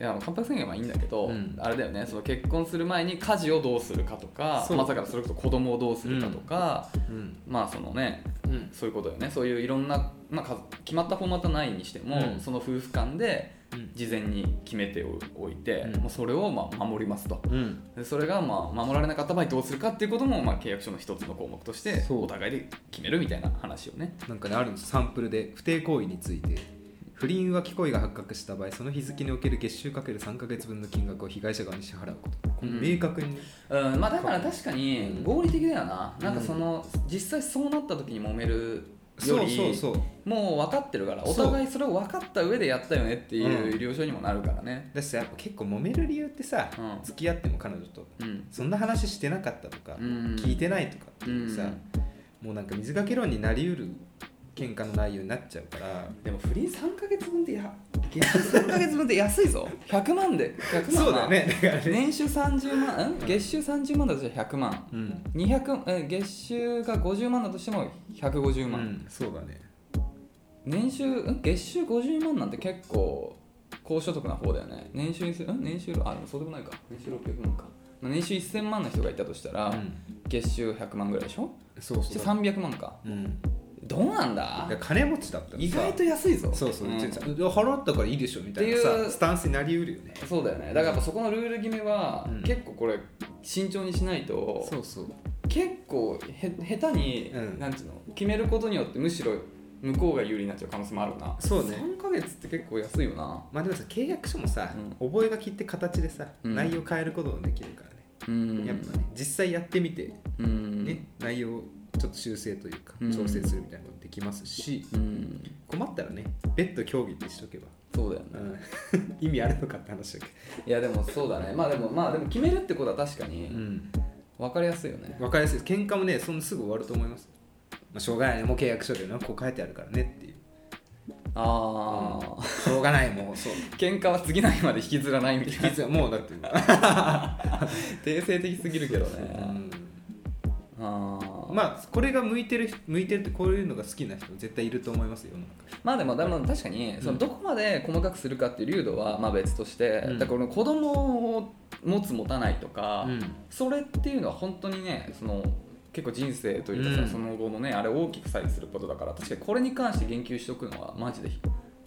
[SPEAKER 2] いや関白宣言はいいんだけど、
[SPEAKER 1] うん
[SPEAKER 2] あれだよねその結婚する前に家事をどうするかとか
[SPEAKER 1] そう
[SPEAKER 2] まあだからそれこそ子供をどうするかとか、
[SPEAKER 1] うん
[SPEAKER 2] まあそのね
[SPEAKER 1] うん
[SPEAKER 2] そういうことよねそういういろんな、まあか、決まったフォーマットないにしても、
[SPEAKER 1] うん
[SPEAKER 2] その夫婦間で
[SPEAKER 1] うん
[SPEAKER 2] 事前に決めておいて、
[SPEAKER 1] うん
[SPEAKER 2] もうそれをまあ守りますと
[SPEAKER 1] うん
[SPEAKER 2] でそれがまあ守られなかった場合どうするかっていうこともまあ契約書の一つの項目として
[SPEAKER 1] そう
[SPEAKER 2] お互いで決めるみたいな話をね
[SPEAKER 1] なんかねあるんですサンプルで不貞行為について不倫浮気行為が発覚した場合その日付における月収かける3か月分の金額を被害者側に支払うことこの
[SPEAKER 2] うん
[SPEAKER 1] 明確にね、
[SPEAKER 2] うんまあだから確かに合理的だよな
[SPEAKER 1] うん
[SPEAKER 2] なんかその実際そうなった時に揉める
[SPEAKER 1] そ
[SPEAKER 2] よ
[SPEAKER 1] うそう
[SPEAKER 2] り
[SPEAKER 1] そう
[SPEAKER 2] もう分かってるから
[SPEAKER 1] そう
[SPEAKER 2] お互いそれを分かった上でやったよねってい
[SPEAKER 1] うん
[SPEAKER 2] う了承にもなるからね
[SPEAKER 1] だしさやっぱ結構揉める理由ってさ、
[SPEAKER 2] うん
[SPEAKER 1] 付き合っても彼女と
[SPEAKER 2] うん
[SPEAKER 1] そんな話してなかったとか、
[SPEAKER 2] うん
[SPEAKER 1] 聞いてないとかっていうさ、
[SPEAKER 2] うん
[SPEAKER 1] もうなんか水掛け論になりうる喧嘩の内容になっちゃうから
[SPEAKER 2] でもフリー3か月分で や月収3か月分で安いぞ100万で100万
[SPEAKER 1] そうだよねだからね、
[SPEAKER 2] 年収30万ん月収30万だとしたら100万
[SPEAKER 1] うん
[SPEAKER 2] 200え月収が50万だとしても150
[SPEAKER 1] う
[SPEAKER 2] 万、
[SPEAKER 1] ん、そうだね
[SPEAKER 2] 年収ん月収50万なんて結構高所得な方だよね年収にするん年収あでもそうでもないか年収600万かまあ年収1000万の人がいたとしたら、
[SPEAKER 1] うん
[SPEAKER 2] 月収100万ぐらいでしょ
[SPEAKER 1] そう
[SPEAKER 2] そして
[SPEAKER 1] そうだ、
[SPEAKER 2] 300万か
[SPEAKER 1] うん、
[SPEAKER 2] どうなん
[SPEAKER 1] だ
[SPEAKER 2] だ
[SPEAKER 1] から金持ちだったらさ
[SPEAKER 2] 意外と安いぞ
[SPEAKER 1] そうそう、
[SPEAKER 2] ん
[SPEAKER 1] ちょっとさ払ったからいいでしょみたいなさ
[SPEAKER 2] っていう
[SPEAKER 1] スタンスになりうるよね
[SPEAKER 2] そうだよねだからやっぱそこのルール決めは、
[SPEAKER 1] うん
[SPEAKER 2] 結構これ慎重にしないと
[SPEAKER 1] うそう
[SPEAKER 2] 結構へ下手に、
[SPEAKER 1] うん
[SPEAKER 2] なんていうの決めることによってむしろ向こうが有利になっちゃう可能性もあるな
[SPEAKER 1] そうね
[SPEAKER 2] 3ヶ月って結構安いよな
[SPEAKER 1] まあでもさ契約書もさ、
[SPEAKER 2] う
[SPEAKER 1] 覚書って形でさ、
[SPEAKER 2] うん
[SPEAKER 1] 内容変えることもできるからね、
[SPEAKER 2] うん
[SPEAKER 1] やっぱね実際やってみて、
[SPEAKER 2] うん
[SPEAKER 1] ね内容をちょっと修正というか
[SPEAKER 2] うん
[SPEAKER 1] 調整するみたいなことできますし、
[SPEAKER 2] うん
[SPEAKER 1] 困ったらね別途協議ってしとけば、
[SPEAKER 2] そうだよね
[SPEAKER 1] うん 意味あるのかって話だけ
[SPEAKER 2] いやでもそうだねまあでもまあでも決めるってことは確か
[SPEAKER 1] ど、
[SPEAKER 2] に分かりやすいよね
[SPEAKER 1] 分かりやすいです喧嘩もねそんなすぐ終わると思います、まあ、しょうがないねもう契約書でなこう書いてあるからねっていう
[SPEAKER 2] ああ
[SPEAKER 1] しょうがないもうそう
[SPEAKER 2] 喧嘩は次の日まで引きずらない みたいな
[SPEAKER 1] 実はもうだって、
[SPEAKER 2] 定性的すぎるけど
[SPEAKER 1] う
[SPEAKER 2] ね
[SPEAKER 1] ん
[SPEAKER 2] あーまあ
[SPEAKER 1] まあこれが向いてる向いてるってこういうのが好きな人絶対いると思いますよ世の中
[SPEAKER 2] まあでもでも確かにそのどこまで細かくするかっていう流度はまあ別として、
[SPEAKER 1] うん
[SPEAKER 2] だからこの子供を持つ持たないとか、
[SPEAKER 1] うん
[SPEAKER 2] それっていうのは本当にねその結構人生というかさ、
[SPEAKER 1] うん
[SPEAKER 2] その後のねあれを大きく左右することだから確かにこれに関して言及しておくのはマジで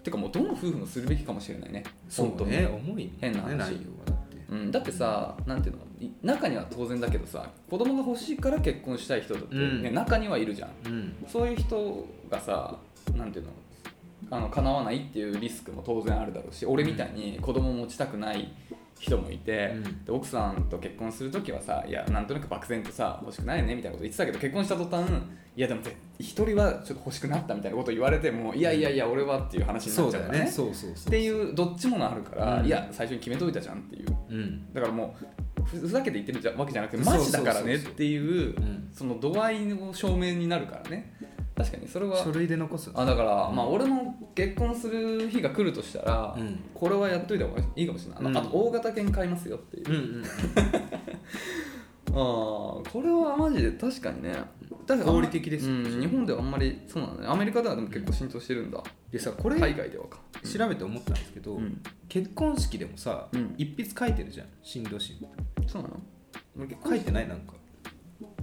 [SPEAKER 2] てかもうどの夫婦もするべきかもしれないね
[SPEAKER 1] そ
[SPEAKER 2] 本
[SPEAKER 1] う
[SPEAKER 2] 当に
[SPEAKER 1] ね重い
[SPEAKER 2] 変な話
[SPEAKER 1] ね内容はだって
[SPEAKER 2] うん、だってさなんていうのい中には当然だけどさ子供が欲しいから結婚したい人だって、ね
[SPEAKER 1] うん
[SPEAKER 2] 中にはいるじゃん
[SPEAKER 1] うん
[SPEAKER 2] そういう人がさなんていうのあの叶わないっていうリスクも当然あるだろうし俺みたいに子供持ちたくない人もいて、
[SPEAKER 1] うん
[SPEAKER 2] で奥さんと結婚する時はさいやなんとなく漠然とさ欲しくないよねみたいなこと言ってたけど結婚した途端いやでもぜ一人はちょっと欲しくなったみたいなこと言われてもいやいやいや俺はっていう話にな
[SPEAKER 1] そ
[SPEAKER 2] っ
[SPEAKER 1] う
[SPEAKER 2] ちゃう
[SPEAKER 1] だ
[SPEAKER 2] か
[SPEAKER 1] よ
[SPEAKER 2] らね
[SPEAKER 1] ねそうそうそう
[SPEAKER 2] っていうどっちものあるから、
[SPEAKER 1] うん
[SPEAKER 2] いや最初に決めといたじゃんっていう
[SPEAKER 1] うん
[SPEAKER 2] だからもうふふざけて言ってるじゃわけじゃなく
[SPEAKER 1] そ
[SPEAKER 2] て
[SPEAKER 1] う
[SPEAKER 2] マ
[SPEAKER 1] そう
[SPEAKER 2] ジ
[SPEAKER 1] そうそ
[SPEAKER 2] だ
[SPEAKER 1] う
[SPEAKER 2] からねっていう
[SPEAKER 1] うん
[SPEAKER 2] その度合いの証明になるからね確かにそれは
[SPEAKER 1] 書類で残す
[SPEAKER 2] あだから、まあ俺も結婚する日が来るとしたら、
[SPEAKER 1] うん
[SPEAKER 2] これはやっといた方がいいかもしれない、あの
[SPEAKER 1] うん
[SPEAKER 2] あと大型犬買いますよっていう、
[SPEAKER 1] うんうん
[SPEAKER 2] ああこれはマジで確かにね確かにあんま
[SPEAKER 1] 合理的ですよ
[SPEAKER 2] うん日本ではあんまりそうなんだねアメリカではでも結構浸透してるんだ
[SPEAKER 1] でさこれ
[SPEAKER 2] 海外ではか
[SPEAKER 1] 調べて思ったんですけど
[SPEAKER 2] うん
[SPEAKER 1] 結婚式でもさ
[SPEAKER 2] うん
[SPEAKER 1] 一筆書いてるじゃん新郎新婦
[SPEAKER 2] そうなの
[SPEAKER 1] 書いてないなんか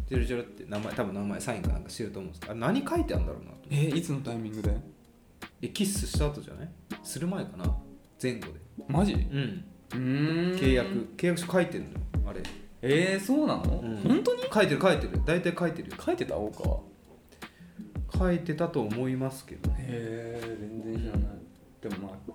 [SPEAKER 1] ジョロジョロって名前多分名前サインかなんかしてると思うんですけどあれ何書いてあるんだろうなと思って
[SPEAKER 2] えーいつのタイミングで
[SPEAKER 1] えキスした後じゃないする前かな前後で
[SPEAKER 2] マジ
[SPEAKER 1] うん
[SPEAKER 2] うーん
[SPEAKER 1] 契約契約書書いてるのよあれ
[SPEAKER 2] えー、そうなの、
[SPEAKER 1] うん
[SPEAKER 2] 本当に
[SPEAKER 1] 書いてる書いてる大体書いてるよ
[SPEAKER 2] 書いてた大川
[SPEAKER 1] 書いてたと思いますけどね
[SPEAKER 2] へえ全然知らないでもまあ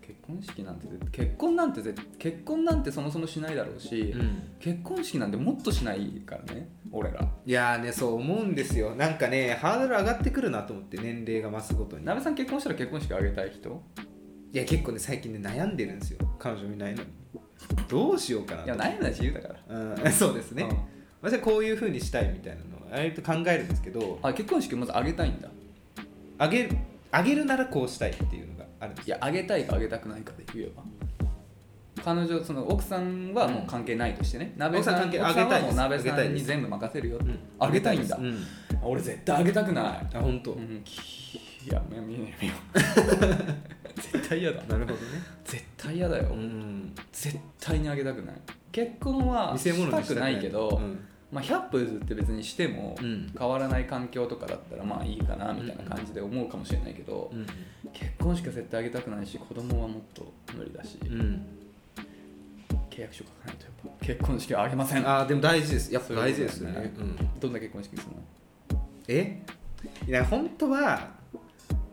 [SPEAKER 2] 結婚式なんて絶結婚なんて絶結婚なんてそもそもしないだろうし、
[SPEAKER 1] うん
[SPEAKER 2] 結婚式なんてもっとしないからね俺ら
[SPEAKER 1] いやーねそう思うんですよなんかねハードル上がってくるなと思って年齢が増すごとに
[SPEAKER 2] なべさん結婚したら結婚式あげたい人
[SPEAKER 1] いや結構ね最近ね悩んでるんですよ彼女いないのにどうしようかない
[SPEAKER 2] や
[SPEAKER 1] と
[SPEAKER 2] 悩んだら自由だから
[SPEAKER 1] うん、 そうですね、
[SPEAKER 2] うん
[SPEAKER 1] 私はこういうふうにしたいみたいなのを割と考えるんですけど
[SPEAKER 2] あ結婚式まずあげたいんだ
[SPEAKER 1] あげるあげるならこうしたいっていうのがあるんです
[SPEAKER 2] いやあげたいかあげたくないかで言えば彼女その奥さんはもう関係ないとしてね、鍋さん
[SPEAKER 1] 奥さん関係
[SPEAKER 2] 奥さんはもう
[SPEAKER 1] あげたい
[SPEAKER 2] 鍋
[SPEAKER 1] です
[SPEAKER 2] さん
[SPEAKER 1] あ
[SPEAKER 2] に
[SPEAKER 1] げたいです
[SPEAKER 2] 全部任せるよ
[SPEAKER 1] うん
[SPEAKER 2] あげたいんだ、
[SPEAKER 1] うん
[SPEAKER 2] 俺絶対あげたくない
[SPEAKER 1] あ本当、
[SPEAKER 2] うん、きいやめめめめよ 絶対嫌だ
[SPEAKER 1] なるほどね、
[SPEAKER 2] 絶対嫌だよ、
[SPEAKER 1] ん、
[SPEAKER 2] 絶対にあげたくない結婚は
[SPEAKER 1] 見
[SPEAKER 2] し
[SPEAKER 1] せ物
[SPEAKER 2] た
[SPEAKER 1] にしたく
[SPEAKER 2] くな
[SPEAKER 1] ない
[SPEAKER 2] いけど、
[SPEAKER 1] うん
[SPEAKER 2] まあ、100歩譲って別にしても
[SPEAKER 1] うん
[SPEAKER 2] 変わらない環境とかだったらまあいいかなみたいな感じで思うかもしれないけど、
[SPEAKER 1] うん
[SPEAKER 2] 結婚しか絶対あげたくないし子供はもっと無理だし、
[SPEAKER 1] うん、
[SPEAKER 2] 契約書書かないとやっぱ結婚式はあげません
[SPEAKER 1] あーでも大事ですやっぱ大事ですよ
[SPEAKER 2] そういう
[SPEAKER 1] ねう
[SPEAKER 2] こ
[SPEAKER 1] ん、
[SPEAKER 2] どんな結婚式するの
[SPEAKER 1] えいや本当は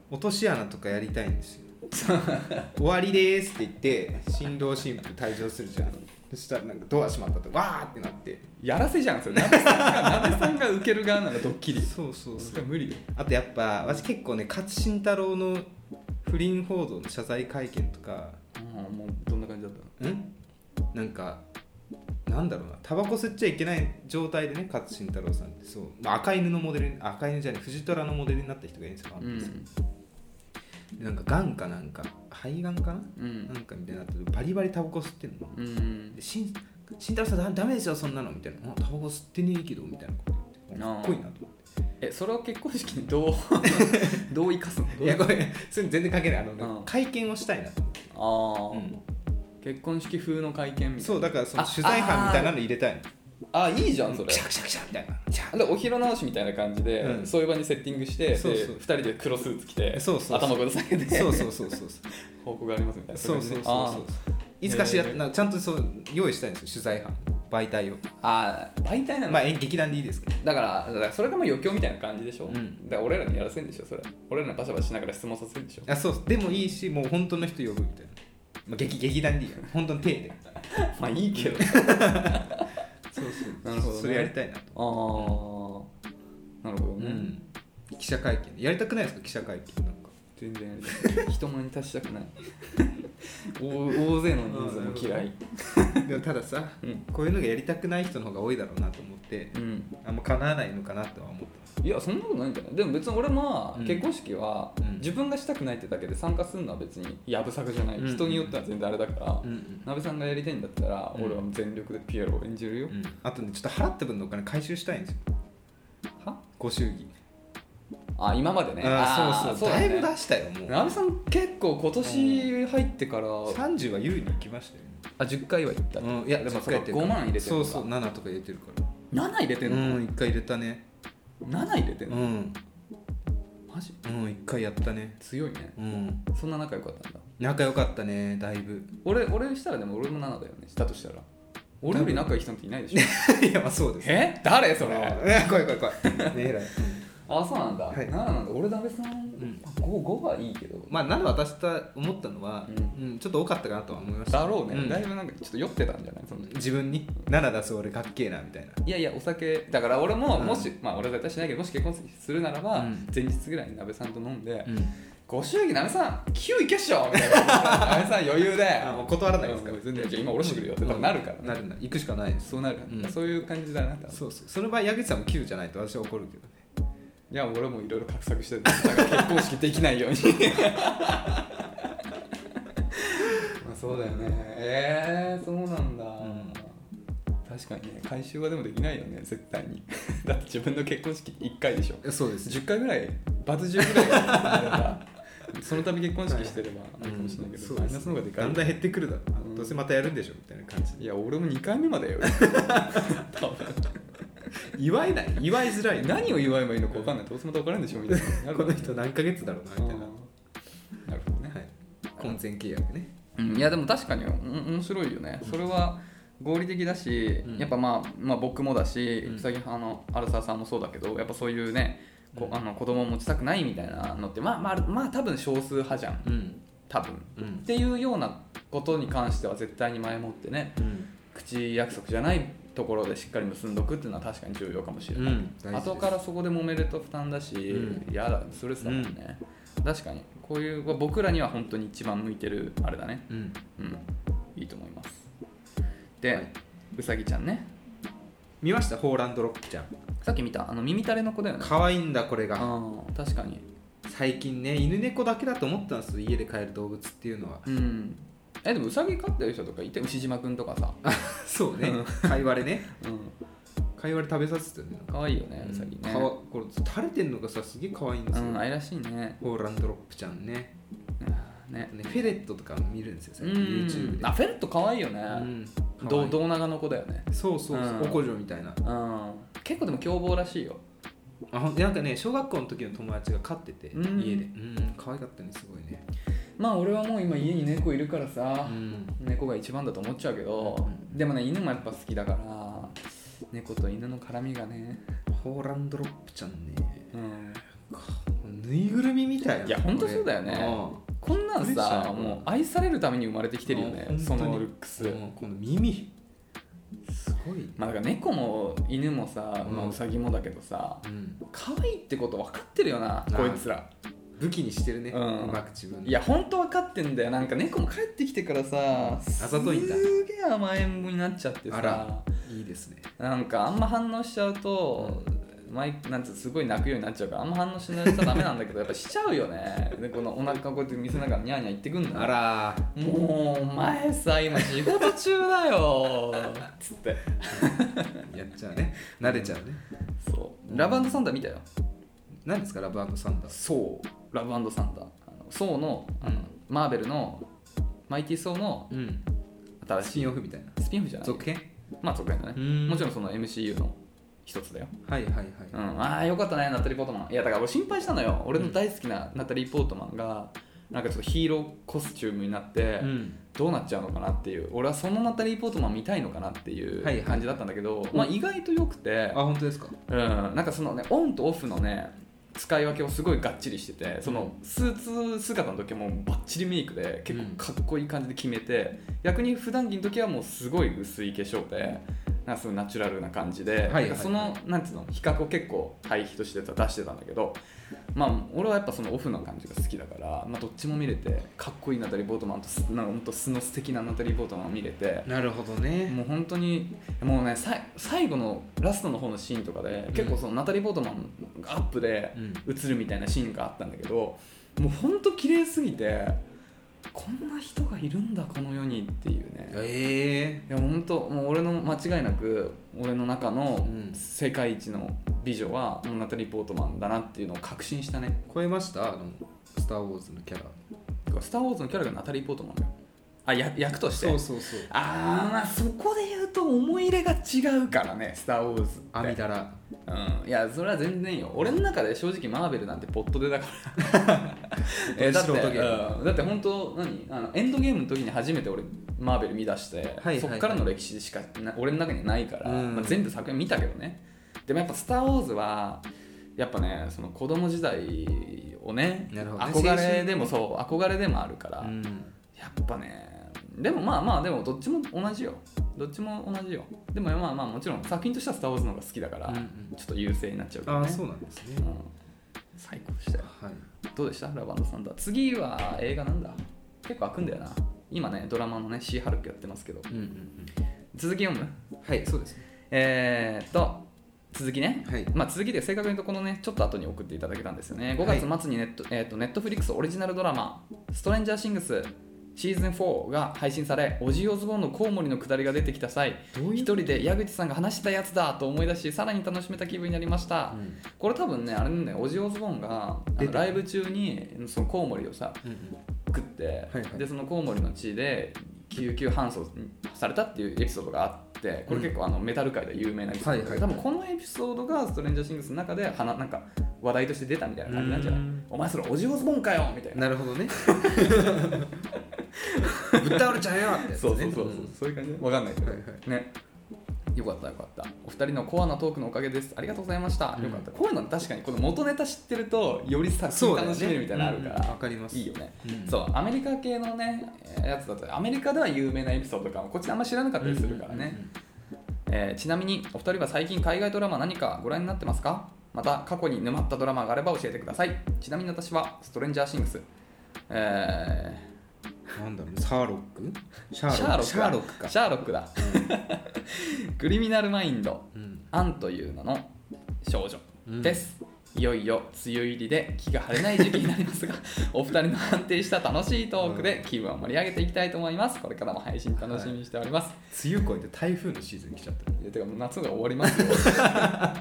[SPEAKER 1] 落とし穴とかやりたいん ですよ終わりですって言って新郎新婦退場するじゃんそしたらなんかドア閉まったとわーってなって
[SPEAKER 2] やらせじゃんそれ鍋さんが鍋さんが受ける側ならドッキリ
[SPEAKER 1] そうそう
[SPEAKER 2] それは無理よ
[SPEAKER 1] あとやっぱ私結構ね勝新太郎の不倫報道の謝罪会見とか
[SPEAKER 2] うんもうどんな感じだったの
[SPEAKER 1] んなんかなんだろうなタバコ吸っちゃいけない状態でね勝新太郎さんってそう、まあ、赤犬のモデルに赤犬じゃない藤虎のモデルになった人がいるんですよ、
[SPEAKER 2] うん
[SPEAKER 1] なんかがんかなんか肺がんかな、
[SPEAKER 2] うん
[SPEAKER 1] なんかみたいになってバリバリタバコ吸ってんの、
[SPEAKER 2] うん
[SPEAKER 1] でしん慎太郎さんだダメですよそんなのみたいなあタバコ吸ってねえけどみたいなこと言ってか
[SPEAKER 2] あー
[SPEAKER 1] っこいいなと思って
[SPEAKER 2] えそれは結婚式 にどうどう生かすの
[SPEAKER 1] いやごめんそれ全然関係ないあの、
[SPEAKER 2] うん
[SPEAKER 1] 会見をしたいなと思って、
[SPEAKER 2] ああ、
[SPEAKER 1] う
[SPEAKER 2] 結婚式風の会見みたい
[SPEAKER 1] ん
[SPEAKER 2] な
[SPEAKER 1] そうだからその
[SPEAKER 2] あ
[SPEAKER 1] 取材班みたいなの入れたいの
[SPEAKER 2] あいいじゃんそれ
[SPEAKER 1] クシャクシャクシャみたいなシャー
[SPEAKER 2] でお披露直しみたいな感じで、
[SPEAKER 1] うん
[SPEAKER 2] そういう場にセッティングしてで
[SPEAKER 1] そうそう
[SPEAKER 2] 2人で黒スーツ着て
[SPEAKER 1] そうそうそう
[SPEAKER 2] 頭ぶら下げて
[SPEAKER 1] そうそうそうそうそう
[SPEAKER 2] 報告がありますみたいな
[SPEAKER 1] そうそうそう
[SPEAKER 2] あ
[SPEAKER 1] そういつかしら
[SPEAKER 2] へー
[SPEAKER 1] なちゃんとそう用意したいんですよ取材班媒体を
[SPEAKER 2] ああ大体なの、
[SPEAKER 1] まあ演劇団でいいですけど
[SPEAKER 2] だからだからそれがまあ余興みたいな感じでしょ、
[SPEAKER 1] うん
[SPEAKER 2] だから俺らにやらせるんでしょそれ俺らのバシャバシャしながら質問させるんでしょ
[SPEAKER 1] あそうでもいいしもう本当の人呼ぶみたいな、まあ、劇劇団でいいよ本当の手で
[SPEAKER 2] まあいいけど
[SPEAKER 1] そうそう
[SPEAKER 2] なるほどね
[SPEAKER 1] それやりたいなと、
[SPEAKER 2] ああなるほど
[SPEAKER 1] う
[SPEAKER 2] ね、
[SPEAKER 1] ん、記者会見やりたくないですか記者会見なんか
[SPEAKER 2] 全然やりたい人前に達したくない お大勢の人数も嫌い
[SPEAKER 1] でもたださ、
[SPEAKER 2] うん
[SPEAKER 1] こういうのがやりたくない人の方が多いだろうなと思って
[SPEAKER 2] うん
[SPEAKER 1] あんま叶わないのかなとは思ってます
[SPEAKER 2] いやそんなことないんじゃないでも別に俺も
[SPEAKER 1] うん
[SPEAKER 2] 結婚式は
[SPEAKER 1] うん
[SPEAKER 2] 自分がしたくないってだけで参加するのは別にやぶさくじゃない、
[SPEAKER 1] うん
[SPEAKER 2] 人によっては全然あれだから、
[SPEAKER 1] ん
[SPEAKER 2] なべさんがやりたいんだったら
[SPEAKER 1] うん
[SPEAKER 2] 俺は全力でピエロを演じるよ、
[SPEAKER 1] うん、あとねちょっと払った分のお金回収したいんですよ
[SPEAKER 2] は
[SPEAKER 1] ご祝儀
[SPEAKER 2] あ今までね
[SPEAKER 1] あ
[SPEAKER 2] ー
[SPEAKER 1] そうそう
[SPEAKER 2] だ,、
[SPEAKER 1] だいぶ
[SPEAKER 2] ね、
[SPEAKER 1] 出したよもう
[SPEAKER 2] なべさん結構今年入ってから、
[SPEAKER 1] 30は優に行きましたよ、
[SPEAKER 2] あ10回は行った、
[SPEAKER 1] うん、いやでも
[SPEAKER 2] そっか5万入れてる
[SPEAKER 1] そ
[SPEAKER 2] の
[SPEAKER 1] う
[SPEAKER 2] か
[SPEAKER 1] そう7とか入れてるから
[SPEAKER 2] 7入れてん
[SPEAKER 1] う
[SPEAKER 2] の、
[SPEAKER 1] ん1回入れたね
[SPEAKER 2] 7入れてん
[SPEAKER 1] う
[SPEAKER 2] の、
[SPEAKER 1] ん
[SPEAKER 2] マジ
[SPEAKER 1] うん1回やったね
[SPEAKER 2] 強いね
[SPEAKER 1] うん
[SPEAKER 2] そんな仲良かったんだ
[SPEAKER 1] 仲良かったねだいぶ
[SPEAKER 2] 俺俺したらでも俺も7だよねしたとしたら俺より仲いい人なんていないでしょ
[SPEAKER 1] いやまあそうです
[SPEAKER 2] え誰そ
[SPEAKER 1] それ
[SPEAKER 2] れ
[SPEAKER 1] 怖い怖い怖いねえらい
[SPEAKER 2] あそうなんだ、
[SPEAKER 1] はい
[SPEAKER 2] 7なんだ俺だべさん、
[SPEAKER 1] ん
[SPEAKER 2] 5, 5はいいけど、
[SPEAKER 1] まあ7渡した思ったのは、
[SPEAKER 2] う
[SPEAKER 1] うんちょっと多かったかなとは思いました
[SPEAKER 2] だろうね、
[SPEAKER 1] ん
[SPEAKER 2] だいぶなんかちょっと酔ってたんじゃないその時
[SPEAKER 1] 自分に7出す俺かっけえなみたいない
[SPEAKER 2] やいやお酒だから俺も
[SPEAKER 1] うん
[SPEAKER 2] もし、まあ俺は絶対しないけどもし結婚するならば、
[SPEAKER 1] うん
[SPEAKER 2] 前日ぐらいに鍋さんと飲んで、
[SPEAKER 1] ん
[SPEAKER 2] ご祝儀鍋さん9いけっしょみたいな鍋さん余 裕で
[SPEAKER 1] あもう断らないですから
[SPEAKER 2] うん全然いや今俺してくるよって多分なるから、ね
[SPEAKER 1] なるなる行くしかないです
[SPEAKER 2] そうなる、
[SPEAKER 1] うん
[SPEAKER 2] そういう感じだな多分
[SPEAKER 1] そうそうその場合矢口さんも9じゃないと私は怒るけどね
[SPEAKER 2] いや俺もいろいろ画策してるだから結婚式できないよ うにまあそうだよねえー、そうなんだ、
[SPEAKER 1] ん
[SPEAKER 2] 確かにね回収はでもできないよね絶対に だって自分の結婚式1回でしょ
[SPEAKER 1] えそうです
[SPEAKER 2] 10回ぐらいバツ10ぐらい やればその度結婚式してればあるかもしれないけど、マイナスの方がでか
[SPEAKER 1] だ
[SPEAKER 2] い
[SPEAKER 1] んだん減ってくるだろう、
[SPEAKER 2] うん
[SPEAKER 1] どうせまたやるんでしょみたいな感じで
[SPEAKER 2] いや俺も2回目 までよ多分
[SPEAKER 1] 祝えない祝いづ らい
[SPEAKER 2] 何を祝えばいいのか分かんないどうせまた分からんでしょみたいにな る
[SPEAKER 1] この人何ヶ月だろうなみたいな、
[SPEAKER 2] うんなるほどね、
[SPEAKER 1] はい、婚前契約ね
[SPEAKER 2] うん、いやでも確かにうん面白いよね、それは合理的だし、
[SPEAKER 1] うん
[SPEAKER 2] やっぱ、まあ、まあ僕もだし
[SPEAKER 1] うん
[SPEAKER 2] 最近あの荒沢さんもそうだけどやっぱそういうねこあの子供を持ちたくないみたいなのってまあまあまあ多分少数派じゃん
[SPEAKER 1] うん
[SPEAKER 2] 多分、
[SPEAKER 1] う
[SPEAKER 2] っ
[SPEAKER 1] ん
[SPEAKER 2] ていうようなことに関しては絶対に前もってね
[SPEAKER 1] うん
[SPEAKER 2] 口約束じゃないところでしっかり結んどくっていうのは確かに重要かもしれない、後からそこで揉めると負担だし、
[SPEAKER 1] うん
[SPEAKER 2] 嫌だストレスだもんね、確かにこういう僕らには本当に一番向いてるあれだね
[SPEAKER 1] うん
[SPEAKER 2] うん、いいと思います。で、
[SPEAKER 1] はいう
[SPEAKER 2] さぎちゃんね、
[SPEAKER 1] 見ましたホーランドロックちゃん
[SPEAKER 2] さっき見た、あの耳垂れの子だよね。
[SPEAKER 1] 可愛いんだこれが
[SPEAKER 2] ああ、確かに。
[SPEAKER 1] 最近ね犬猫だけだと思ってたんですよ家で飼える動物っていうのは
[SPEAKER 2] うん。え、でもうさぎ飼ってる人とかいて、牛島くんとかさ、
[SPEAKER 1] そうね かいわれね
[SPEAKER 2] うん、
[SPEAKER 1] かいわれ食べさせてるの
[SPEAKER 2] 可愛いよね、うさぎね。
[SPEAKER 1] かわこれ垂れてんのがさすげえ可愛いんです
[SPEAKER 2] う
[SPEAKER 1] よ、
[SPEAKER 2] ん、愛らしいね。
[SPEAKER 1] ホーランドロップちゃんね
[SPEAKER 2] ね。
[SPEAKER 1] ねフェレットとか見るんですよ
[SPEAKER 2] う
[SPEAKER 1] 最近 YouTube
[SPEAKER 2] ん。
[SPEAKER 1] で
[SPEAKER 2] あ、フェルト可愛いよ
[SPEAKER 1] う
[SPEAKER 2] ね。
[SPEAKER 1] ん
[SPEAKER 2] どう
[SPEAKER 1] 可愛い
[SPEAKER 2] 胴長の子だよね。
[SPEAKER 1] そうそうそう、
[SPEAKER 2] うん
[SPEAKER 1] おこじょみたいな
[SPEAKER 2] うん。結構でも凶暴らしいよ。
[SPEAKER 1] あほんなんかね小学校の時の友達が飼ってて、
[SPEAKER 2] うん
[SPEAKER 1] 家でうん可愛かったねすごいね
[SPEAKER 2] まあ、俺はもう今家に猫いるからさ。
[SPEAKER 1] ん
[SPEAKER 2] 猫が一番だと思っちゃうけど、
[SPEAKER 1] う
[SPEAKER 2] でもね犬もやっぱ好きだから猫と犬の絡みがね、
[SPEAKER 1] ホーランドロップちゃんね
[SPEAKER 2] うん、
[SPEAKER 1] ぬいぐるみみたいない
[SPEAKER 2] いやほんとそうだよねこんなん
[SPEAKER 1] プレッシャー
[SPEAKER 2] さ
[SPEAKER 1] よ
[SPEAKER 2] もう愛されるために生まれてきてるよね
[SPEAKER 1] うん
[SPEAKER 2] そのルックス、
[SPEAKER 1] この耳すごいね
[SPEAKER 2] まあ、だから猫も犬もさ、
[SPEAKER 1] うん
[SPEAKER 2] まあ、うさぎもだけどさ
[SPEAKER 1] うん
[SPEAKER 2] 可愛いってこと分かってるよな
[SPEAKER 1] あ
[SPEAKER 2] こいつら
[SPEAKER 1] 武器にしてるね、う
[SPEAKER 2] う
[SPEAKER 1] んまく自分の
[SPEAKER 2] いやほんと分かってんだよなんか猫も帰ってきてからさ
[SPEAKER 1] あざといんだ
[SPEAKER 2] すげえ甘えん坊になっちゃって
[SPEAKER 1] あ
[SPEAKER 2] さ
[SPEAKER 1] らいいですね
[SPEAKER 2] なんかあんま反応しちゃうと、マイなんつうすごい泣くようになっちゃうからあんま反応しないとダメなんだけどやっぱしちゃうよねでこのお腹こうやって見せながらニャーニャー言ってくんだ
[SPEAKER 1] あら
[SPEAKER 2] もうお前さ今仕事中だよつって
[SPEAKER 1] やっちゃうね慣れちゃうね
[SPEAKER 2] そうラブサンダー見たよ
[SPEAKER 1] 何ですかラブサンダー
[SPEAKER 2] そうラブサンダーあのソーのあの、
[SPEAKER 1] うん
[SPEAKER 2] マーベルのマイティソーの
[SPEAKER 1] うん
[SPEAKER 2] 新
[SPEAKER 1] ス
[SPEAKER 2] し
[SPEAKER 1] ピ
[SPEAKER 2] い
[SPEAKER 1] ンオフみたいな
[SPEAKER 2] スピンオフじゃない
[SPEAKER 1] 続編
[SPEAKER 2] まあ続編だね
[SPEAKER 1] うん
[SPEAKER 2] もちろんその MCU の一つだよ
[SPEAKER 1] はいはいはい、
[SPEAKER 2] うん、ああよかったねナタリー・ポートマンいやだから俺心配したのよ俺の大好きなナタリー・ポートマンがなんかちょっとヒーローコスチュームになって、
[SPEAKER 1] ん
[SPEAKER 2] どうなっちゃうのかなっていう俺はそのナタリー・ポートマン見たいのかなってい
[SPEAKER 1] はいは
[SPEAKER 2] う
[SPEAKER 1] い
[SPEAKER 2] 感じだったんだけど、まあ、意外と良くて、
[SPEAKER 1] あ本当ですか
[SPEAKER 2] うん、なんかそのねオンとオフのね使い分けをすごいがっちりしててそのスーツ姿の時はもうバッチリメイクで結構かっこいい感じで決めて、逆に普段着の時はもうすごい薄い化粧でなんかすごいナチュラルな感じで、
[SPEAKER 1] いはい
[SPEAKER 2] なんかそのなんていうの比較を結構対比としてた出してたんだけど、まあ、俺はやっぱそのオフの感じが好きだから、まあ、どっちも見れてかっこいいナタリー・ポートマンとすなんか本当素の素敵なナタリー・ポートマンを見れて、
[SPEAKER 1] なるほどね
[SPEAKER 2] もう本当にもうねさい最後のラストの方のシーンとかで、
[SPEAKER 1] うん
[SPEAKER 2] 結構そのナタリー・ポートマンがアップで
[SPEAKER 1] うん
[SPEAKER 2] 映るみたいなシーンがあったんだけどもう本当綺麗すぎてこんな人がいるんだこの世にっていうね
[SPEAKER 1] え
[SPEAKER 2] いや本当もう俺の間違いなく俺の中の
[SPEAKER 1] うん
[SPEAKER 2] 世界一の美女はもうナタリー・ポートマンだなっていうのを確信したね
[SPEAKER 1] ー、超えましたあのスター・ウォーズのキャラ
[SPEAKER 2] てかスター・ウォーズのキャラがナタリー・ポートマンだよあや役として
[SPEAKER 1] そうそうそう
[SPEAKER 2] あーまあそこで言うと思い入れが違うからね「スター・ウォーズ」って
[SPEAKER 1] 阿弥陀羅
[SPEAKER 2] うん、いやそれは全然いいよ俺の中で正直マーベルなんてポットでだから えだって、
[SPEAKER 1] 素人ゲー
[SPEAKER 2] うんだって本当何あのエンドゲームの時に初めて俺マーベル見出して、
[SPEAKER 1] はい
[SPEAKER 2] そっからの歴史しかな俺の中にないから、
[SPEAKER 1] うん
[SPEAKER 2] まあ、全部作品見たけどねでもやっぱ「スター・ウォーズ」はやっぱねその子供時代をね
[SPEAKER 1] なるほどね
[SPEAKER 2] 憧れでもそう憧れでもあるから、
[SPEAKER 1] うん
[SPEAKER 2] やっぱねでもまあまあでもどっちも同じよどっちも同じよでもまあまあもちろん作品としては「スター・ウォーズ」の方が好きだから、
[SPEAKER 1] うんうん
[SPEAKER 2] ちょっと優勢になっちゃうけど
[SPEAKER 1] あ
[SPEAKER 2] ね
[SPEAKER 1] あそうなんです
[SPEAKER 2] う
[SPEAKER 1] ね
[SPEAKER 2] ん最高でしたよ
[SPEAKER 1] はい
[SPEAKER 2] どうでしたラバンドサンダー次は映画なんだ結構開くんだよな今ねドラマのねシーハルクやってますけど
[SPEAKER 1] うんうん
[SPEAKER 2] 続き読む
[SPEAKER 1] うんはいそうですね
[SPEAKER 2] えー、っと続きね、
[SPEAKER 1] はい
[SPEAKER 2] まあ、続きで正確に言うとこのねちょっと後に送っていただけたんですよね5
[SPEAKER 1] はい
[SPEAKER 2] 月末にネット,、えー、とネットフリックスオリジナルドラマ「ストレンジャーシングス」シーズン4が配信されオジー・オズボーンのコウモリの下りが出てきた際
[SPEAKER 1] どう
[SPEAKER 2] 一人で矢口さんが話してたやつだと思い出しさらに楽しめた気分になりました、
[SPEAKER 1] うん
[SPEAKER 2] これ多分ねあれねオジー・オズボーンがあの
[SPEAKER 1] 出てる
[SPEAKER 2] ライブ中にそのコウモリをさ
[SPEAKER 1] うんうん
[SPEAKER 2] 食って、
[SPEAKER 1] はいはい
[SPEAKER 2] でそのコウモリの血で救急搬送されたっていうエピソードがあってこれ結構あのメタル界では有名なエピソード
[SPEAKER 1] は
[SPEAKER 2] で、
[SPEAKER 1] いはい
[SPEAKER 2] 多分このエピソードがストレンジャーシングスの中ではななんか話題として出たみたいな感じなんじゃな
[SPEAKER 1] う
[SPEAKER 2] い
[SPEAKER 1] ん
[SPEAKER 2] お前それオジオズボンかよみたいな。
[SPEAKER 1] なるほど ねぶっ倒れちゃうよってやつね
[SPEAKER 2] そうそうそうそう、
[SPEAKER 1] ん
[SPEAKER 2] そういう感じわかんないけど、
[SPEAKER 1] はいはい
[SPEAKER 2] ねよかったよかったお二人のコアなトークのおかげですありがとうございました、
[SPEAKER 1] うん
[SPEAKER 2] よかったこういうの確かにこの元ネタ知ってるとより作
[SPEAKER 1] そ
[SPEAKER 2] 品
[SPEAKER 1] うだよ
[SPEAKER 2] 楽
[SPEAKER 1] ね
[SPEAKER 2] しめるみたいなのあるから、
[SPEAKER 1] うんうんわかります
[SPEAKER 2] いいよね、
[SPEAKER 1] うん
[SPEAKER 2] そうアメリカ系のねやつだとアメリカでは有名なエピソードとかもこっちあんま知らなかったりするからね、えーちなみにお二人は最近海外ドラマ何かご覧になってますかまた過去に沼ったドラマがあれば教えてくださいちなみに私はストレンジャーシングス、えー
[SPEAKER 1] なんだろうねサーロックシャ
[SPEAKER 2] シャーロック
[SPEAKER 1] シャーロックか
[SPEAKER 2] シャーロックだ クリミナルマインド
[SPEAKER 1] うん
[SPEAKER 2] アンという名の少女です、いよいよ梅雨入りで気が晴れない時期になりますが お二人の安定した楽しいトークで気分を盛り上げていきたいと思いますこれからも配信楽しみにしております、
[SPEAKER 1] 梅雨越えて台風のシーズン来ちゃった
[SPEAKER 2] いやてかもう夏が終わりま すよ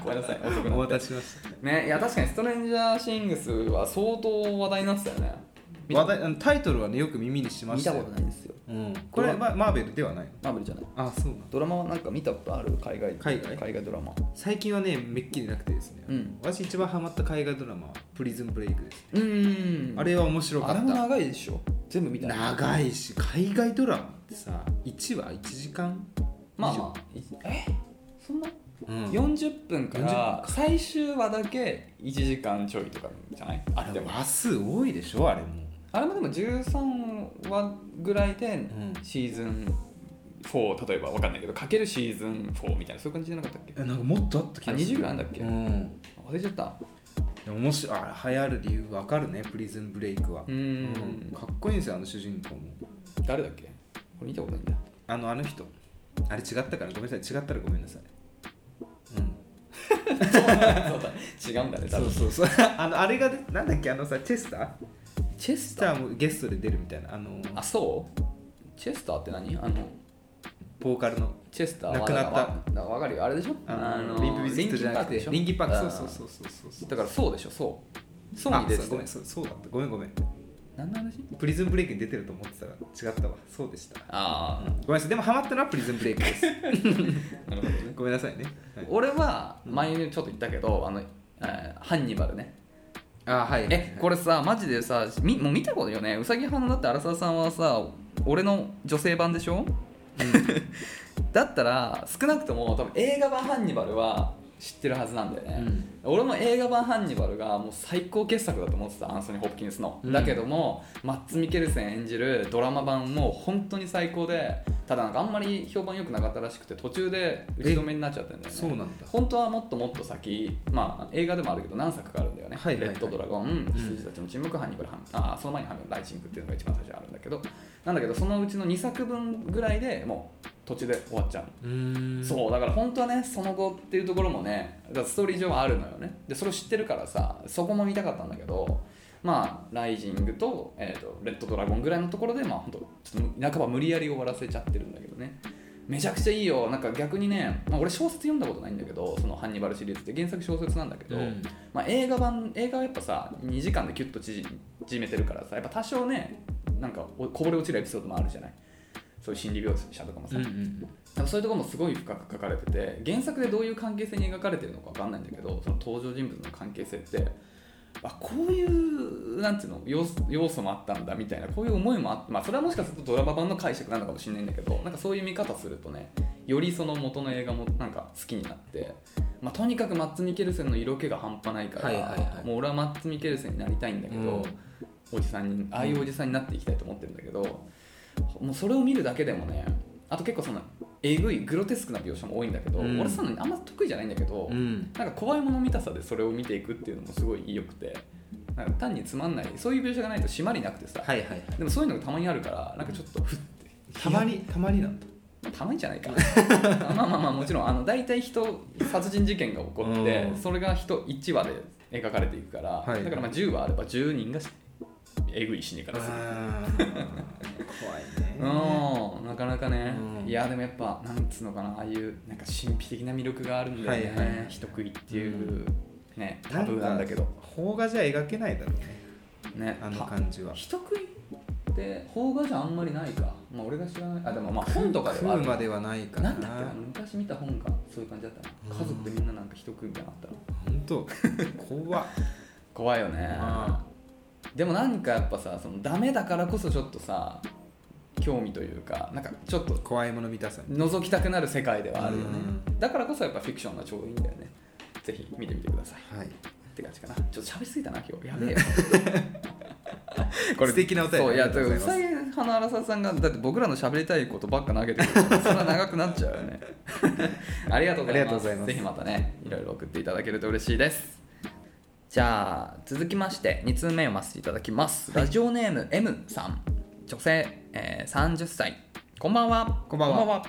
[SPEAKER 2] ごめんなさい遅く
[SPEAKER 1] お
[SPEAKER 2] なっ
[SPEAKER 1] 待
[SPEAKER 2] て
[SPEAKER 1] たせしました
[SPEAKER 2] ねいや確かにストレンジャーシングスは相当話題になってたよね見た
[SPEAKER 1] 話題あのタイトルはねよく耳にしま
[SPEAKER 2] 見
[SPEAKER 1] したた
[SPEAKER 2] ことないんですよ
[SPEAKER 1] うん、これはマーベルではないの
[SPEAKER 2] マーベルじゃない
[SPEAKER 1] あそうなの
[SPEAKER 2] ドラマはなんか見たことある海外
[SPEAKER 1] 海外
[SPEAKER 2] 海外ドラマ
[SPEAKER 1] 最近はねめっきりなくてですね、
[SPEAKER 2] うん
[SPEAKER 1] 私一番ハマった海外ドラマは「プリズンブレイク」です、
[SPEAKER 2] うーん
[SPEAKER 1] あれは面白か
[SPEAKER 2] あれ
[SPEAKER 1] っ
[SPEAKER 2] も
[SPEAKER 1] た
[SPEAKER 2] 長いでしょ全部見たの
[SPEAKER 1] 長いし海外ドラマってさ1話1時間
[SPEAKER 2] まあまあいえそんな、
[SPEAKER 1] うん
[SPEAKER 2] 40分から最終話だけ1時間ちょいとかじゃないあ
[SPEAKER 1] あ
[SPEAKER 2] で
[SPEAKER 1] で
[SPEAKER 2] も
[SPEAKER 1] も話数多いでしょあれも
[SPEAKER 2] あれもでも13話ぐらいで
[SPEAKER 1] ん
[SPEAKER 2] シーズン4例えばわかんないけどかけるシーズン4みたいなそういう感じじゃなかったっけ
[SPEAKER 1] えなんかもっとあった気
[SPEAKER 2] あ
[SPEAKER 1] がす
[SPEAKER 2] 20
[SPEAKER 1] る
[SPEAKER 2] ぐらいあんだっけ
[SPEAKER 1] うん
[SPEAKER 2] 忘れちゃった
[SPEAKER 1] でも面白いあ流行る理由わかるねプリズンブレイクは
[SPEAKER 2] うん
[SPEAKER 1] うんかっこいいんですよあの主人公も
[SPEAKER 2] 誰だっけこれ見たことないんだ
[SPEAKER 1] あのあの人あれ違ったからごめんなさい違ったらごめんなさいうん
[SPEAKER 2] 違うんだね多
[SPEAKER 1] そう
[SPEAKER 2] 分
[SPEAKER 1] そうそう あのあれがねなんだっけあのさチェスター
[SPEAKER 2] チ
[SPEAKER 1] チ
[SPEAKER 2] ェ
[SPEAKER 1] ェ
[SPEAKER 2] ス
[SPEAKER 1] スターもゲストで出るみたいなあの
[SPEAKER 2] あそうチェスターって何あの
[SPEAKER 1] ボーカルの
[SPEAKER 2] チェスター
[SPEAKER 1] 亡くなった
[SPEAKER 2] わだわわかるよあれでしょ
[SPEAKER 1] あの
[SPEAKER 2] ー
[SPEAKER 1] リンプビズットじゃなくて
[SPEAKER 2] リ
[SPEAKER 1] リ
[SPEAKER 2] ン
[SPEAKER 1] ン
[SPEAKER 2] キ
[SPEAKER 1] キ
[SPEAKER 2] ー
[SPEAKER 1] ー
[SPEAKER 2] パ
[SPEAKER 1] パ
[SPEAKER 2] ークで
[SPEAKER 1] ー
[SPEAKER 2] しょ
[SPEAKER 1] クそうそうそうそうそう
[SPEAKER 2] だからそうでしょそうそう
[SPEAKER 1] あ
[SPEAKER 2] に出て
[SPEAKER 1] そうご
[SPEAKER 2] たよ
[SPEAKER 1] めんそうそうだったごめんごめん
[SPEAKER 2] 何の話
[SPEAKER 1] プリズンブレイクに出てると思ってたら違ったわそうでした
[SPEAKER 2] あ
[SPEAKER 1] ごめんなさいでもハマったのはプリズンブ レイクです
[SPEAKER 2] あなるほどね
[SPEAKER 1] ごめんなさいね、はい
[SPEAKER 2] 俺は前にちょっと言ったけどあの、えーハンニバルね
[SPEAKER 1] あはい
[SPEAKER 2] えこれさマジでさみもう見たことよねうさぎ派のだって荒沢さんはさ俺の女性版でしょ、 だったら少なくとも多分映画版「ハンニバル」は知ってるはずなんだよね、俺も映画版「ハンニバル」がもう最高傑作だと思ってたアンソニー・ホプキンスの、
[SPEAKER 1] うん
[SPEAKER 2] だけどもマッツ・ミケルセン演じるドラマ版も本当に最高でただなんかあんまり評判良くなかったらしくて途中で打ち止めになっちゃったんだよね
[SPEAKER 1] そうなんだ
[SPEAKER 2] 本当はもっともっと先、まあ、映画でもあるけど何作かあるんだよね「
[SPEAKER 1] はいはいはい
[SPEAKER 2] レッドドラゴン」「羊たちの沈黙」「ハンニバル」ハンあーその前に「ハンニバルライチング」っていうのが一番最初にあるんだけどなんだけどそのうちの2作分ぐらいでもう途中で終わっちゃう
[SPEAKER 1] うんう
[SPEAKER 2] そうだから本当はねその後っていうところもねだからストーリー上はあるのよねでそれを知ってるからさそこも見たかったんだけどまあライジングと,、えー、とレッドドラゴンぐらいのところでまあ本当ちょっと半ば無理やり終わらせちゃってるんだけどねめちゃくちゃいいよなんか逆にね、まあ、俺小説読んだことないんだけどそのハンニバルシリーズって原作小説なんだけど、
[SPEAKER 1] うん
[SPEAKER 2] まあ、映画版映画はやっぱさ2時間でキュッと縮めてるからさやっぱ多少ねなんかおこぼれ落ちるエピソードもあるじゃないそういう心理描写とかもさ、
[SPEAKER 1] うんうん
[SPEAKER 2] なんかそういうところもすごい深く書かれてて原作でどういう関係性に描かれてるのか分かんないんだけどその登場人物の関係性ってあこういうなんていうの要素要素もあったんだみたいなこういう思いもあって、まあ、それはもしかするとドラマ版の解釈なのかもしれないんだけどなんかそういう見方するとねよりその元の映画もなんか好きになって、まあ、とにかくマッツ・ミケルセンの色気が半端ないから、
[SPEAKER 1] はいはいはい
[SPEAKER 2] もう俺はマッツ・ミケルセンになりたいんだけど、
[SPEAKER 1] うん
[SPEAKER 2] おじさんにああいうおじさんになっていきたいと思ってるんだけどもうそれを見るだけでもねあと結構そのえぐいグロテスクな描写も多いんだけど、
[SPEAKER 1] うん
[SPEAKER 2] 俺そんなにあんま得意じゃないんだけど、
[SPEAKER 1] うん
[SPEAKER 2] なんか怖いもの見たさでそれを見ていくっていうのもすごい良くてなんか単につまんないそういう描写がないと締まりなくてさ、
[SPEAKER 1] はいはいはい
[SPEAKER 2] でもそういうのがたまにあるからなんかちょっとふって
[SPEAKER 1] たまにたまになんだ
[SPEAKER 2] たまにじゃないか まあまあまあもちろんあの大体人殺人事件が起こって、
[SPEAKER 1] うん
[SPEAKER 2] それが人1話で描かれていくから、
[SPEAKER 1] はい
[SPEAKER 2] だからまあ10話あれば10人がえぐい死に方する
[SPEAKER 1] あー怖い ね
[SPEAKER 2] うん、なかなかね、
[SPEAKER 1] うん
[SPEAKER 2] いやでもやっぱなんつうのかなああいうなんか神秘的な魅力があるんだよね、
[SPEAKER 1] はいはい
[SPEAKER 2] 人食いっていう、
[SPEAKER 1] う
[SPEAKER 2] ねタブーなんだけど
[SPEAKER 1] 邦画じゃ描けないだろうね
[SPEAKER 2] ね
[SPEAKER 1] あの
[SPEAKER 2] た
[SPEAKER 1] 感じは
[SPEAKER 2] 人食いって邦画じゃあんまりないかまあ俺が知らないあでもまあ本とかで
[SPEAKER 1] 食
[SPEAKER 2] はあ
[SPEAKER 1] う
[SPEAKER 2] る
[SPEAKER 1] まではないか
[SPEAKER 2] な
[SPEAKER 1] なん
[SPEAKER 2] だっけな昔見た本がそういう感じだったな
[SPEAKER 1] うん
[SPEAKER 2] 家族でみんななんか人食いみたいなのあったの
[SPEAKER 1] 本当怖っ
[SPEAKER 2] 怖いよね
[SPEAKER 1] あ
[SPEAKER 2] でもなんかやっぱさそのダメだからこそちょっとさ興味というかなんかちょっと
[SPEAKER 1] 怖いもの見たさ
[SPEAKER 2] 覗きたくなる世界ではあるよね
[SPEAKER 1] う
[SPEAKER 2] だからこそやっぱフィクションがちょうどいいんだよねぜひ見てみてください
[SPEAKER 1] はい
[SPEAKER 2] って感じかなちょっと喋りすぎたな今日やべえ よ
[SPEAKER 1] 素敵なお便り
[SPEAKER 2] そういや
[SPEAKER 1] ありがとうございます
[SPEAKER 2] だからうさぎ花荒沢さんがだって僕らの喋りたいことばっか投げてくる からそれは長くなっちゃうよね ありがとうござ
[SPEAKER 1] あり
[SPEAKER 2] い
[SPEAKER 1] がとうご
[SPEAKER 2] ます
[SPEAKER 1] ざいます
[SPEAKER 2] ぜひまたねいろいろ送っていただけると嬉しいですじゃあ続きまして2通目を読ませていただきます、ラジオネーム M さん女性、えー30歳こんばんは
[SPEAKER 1] こんばんは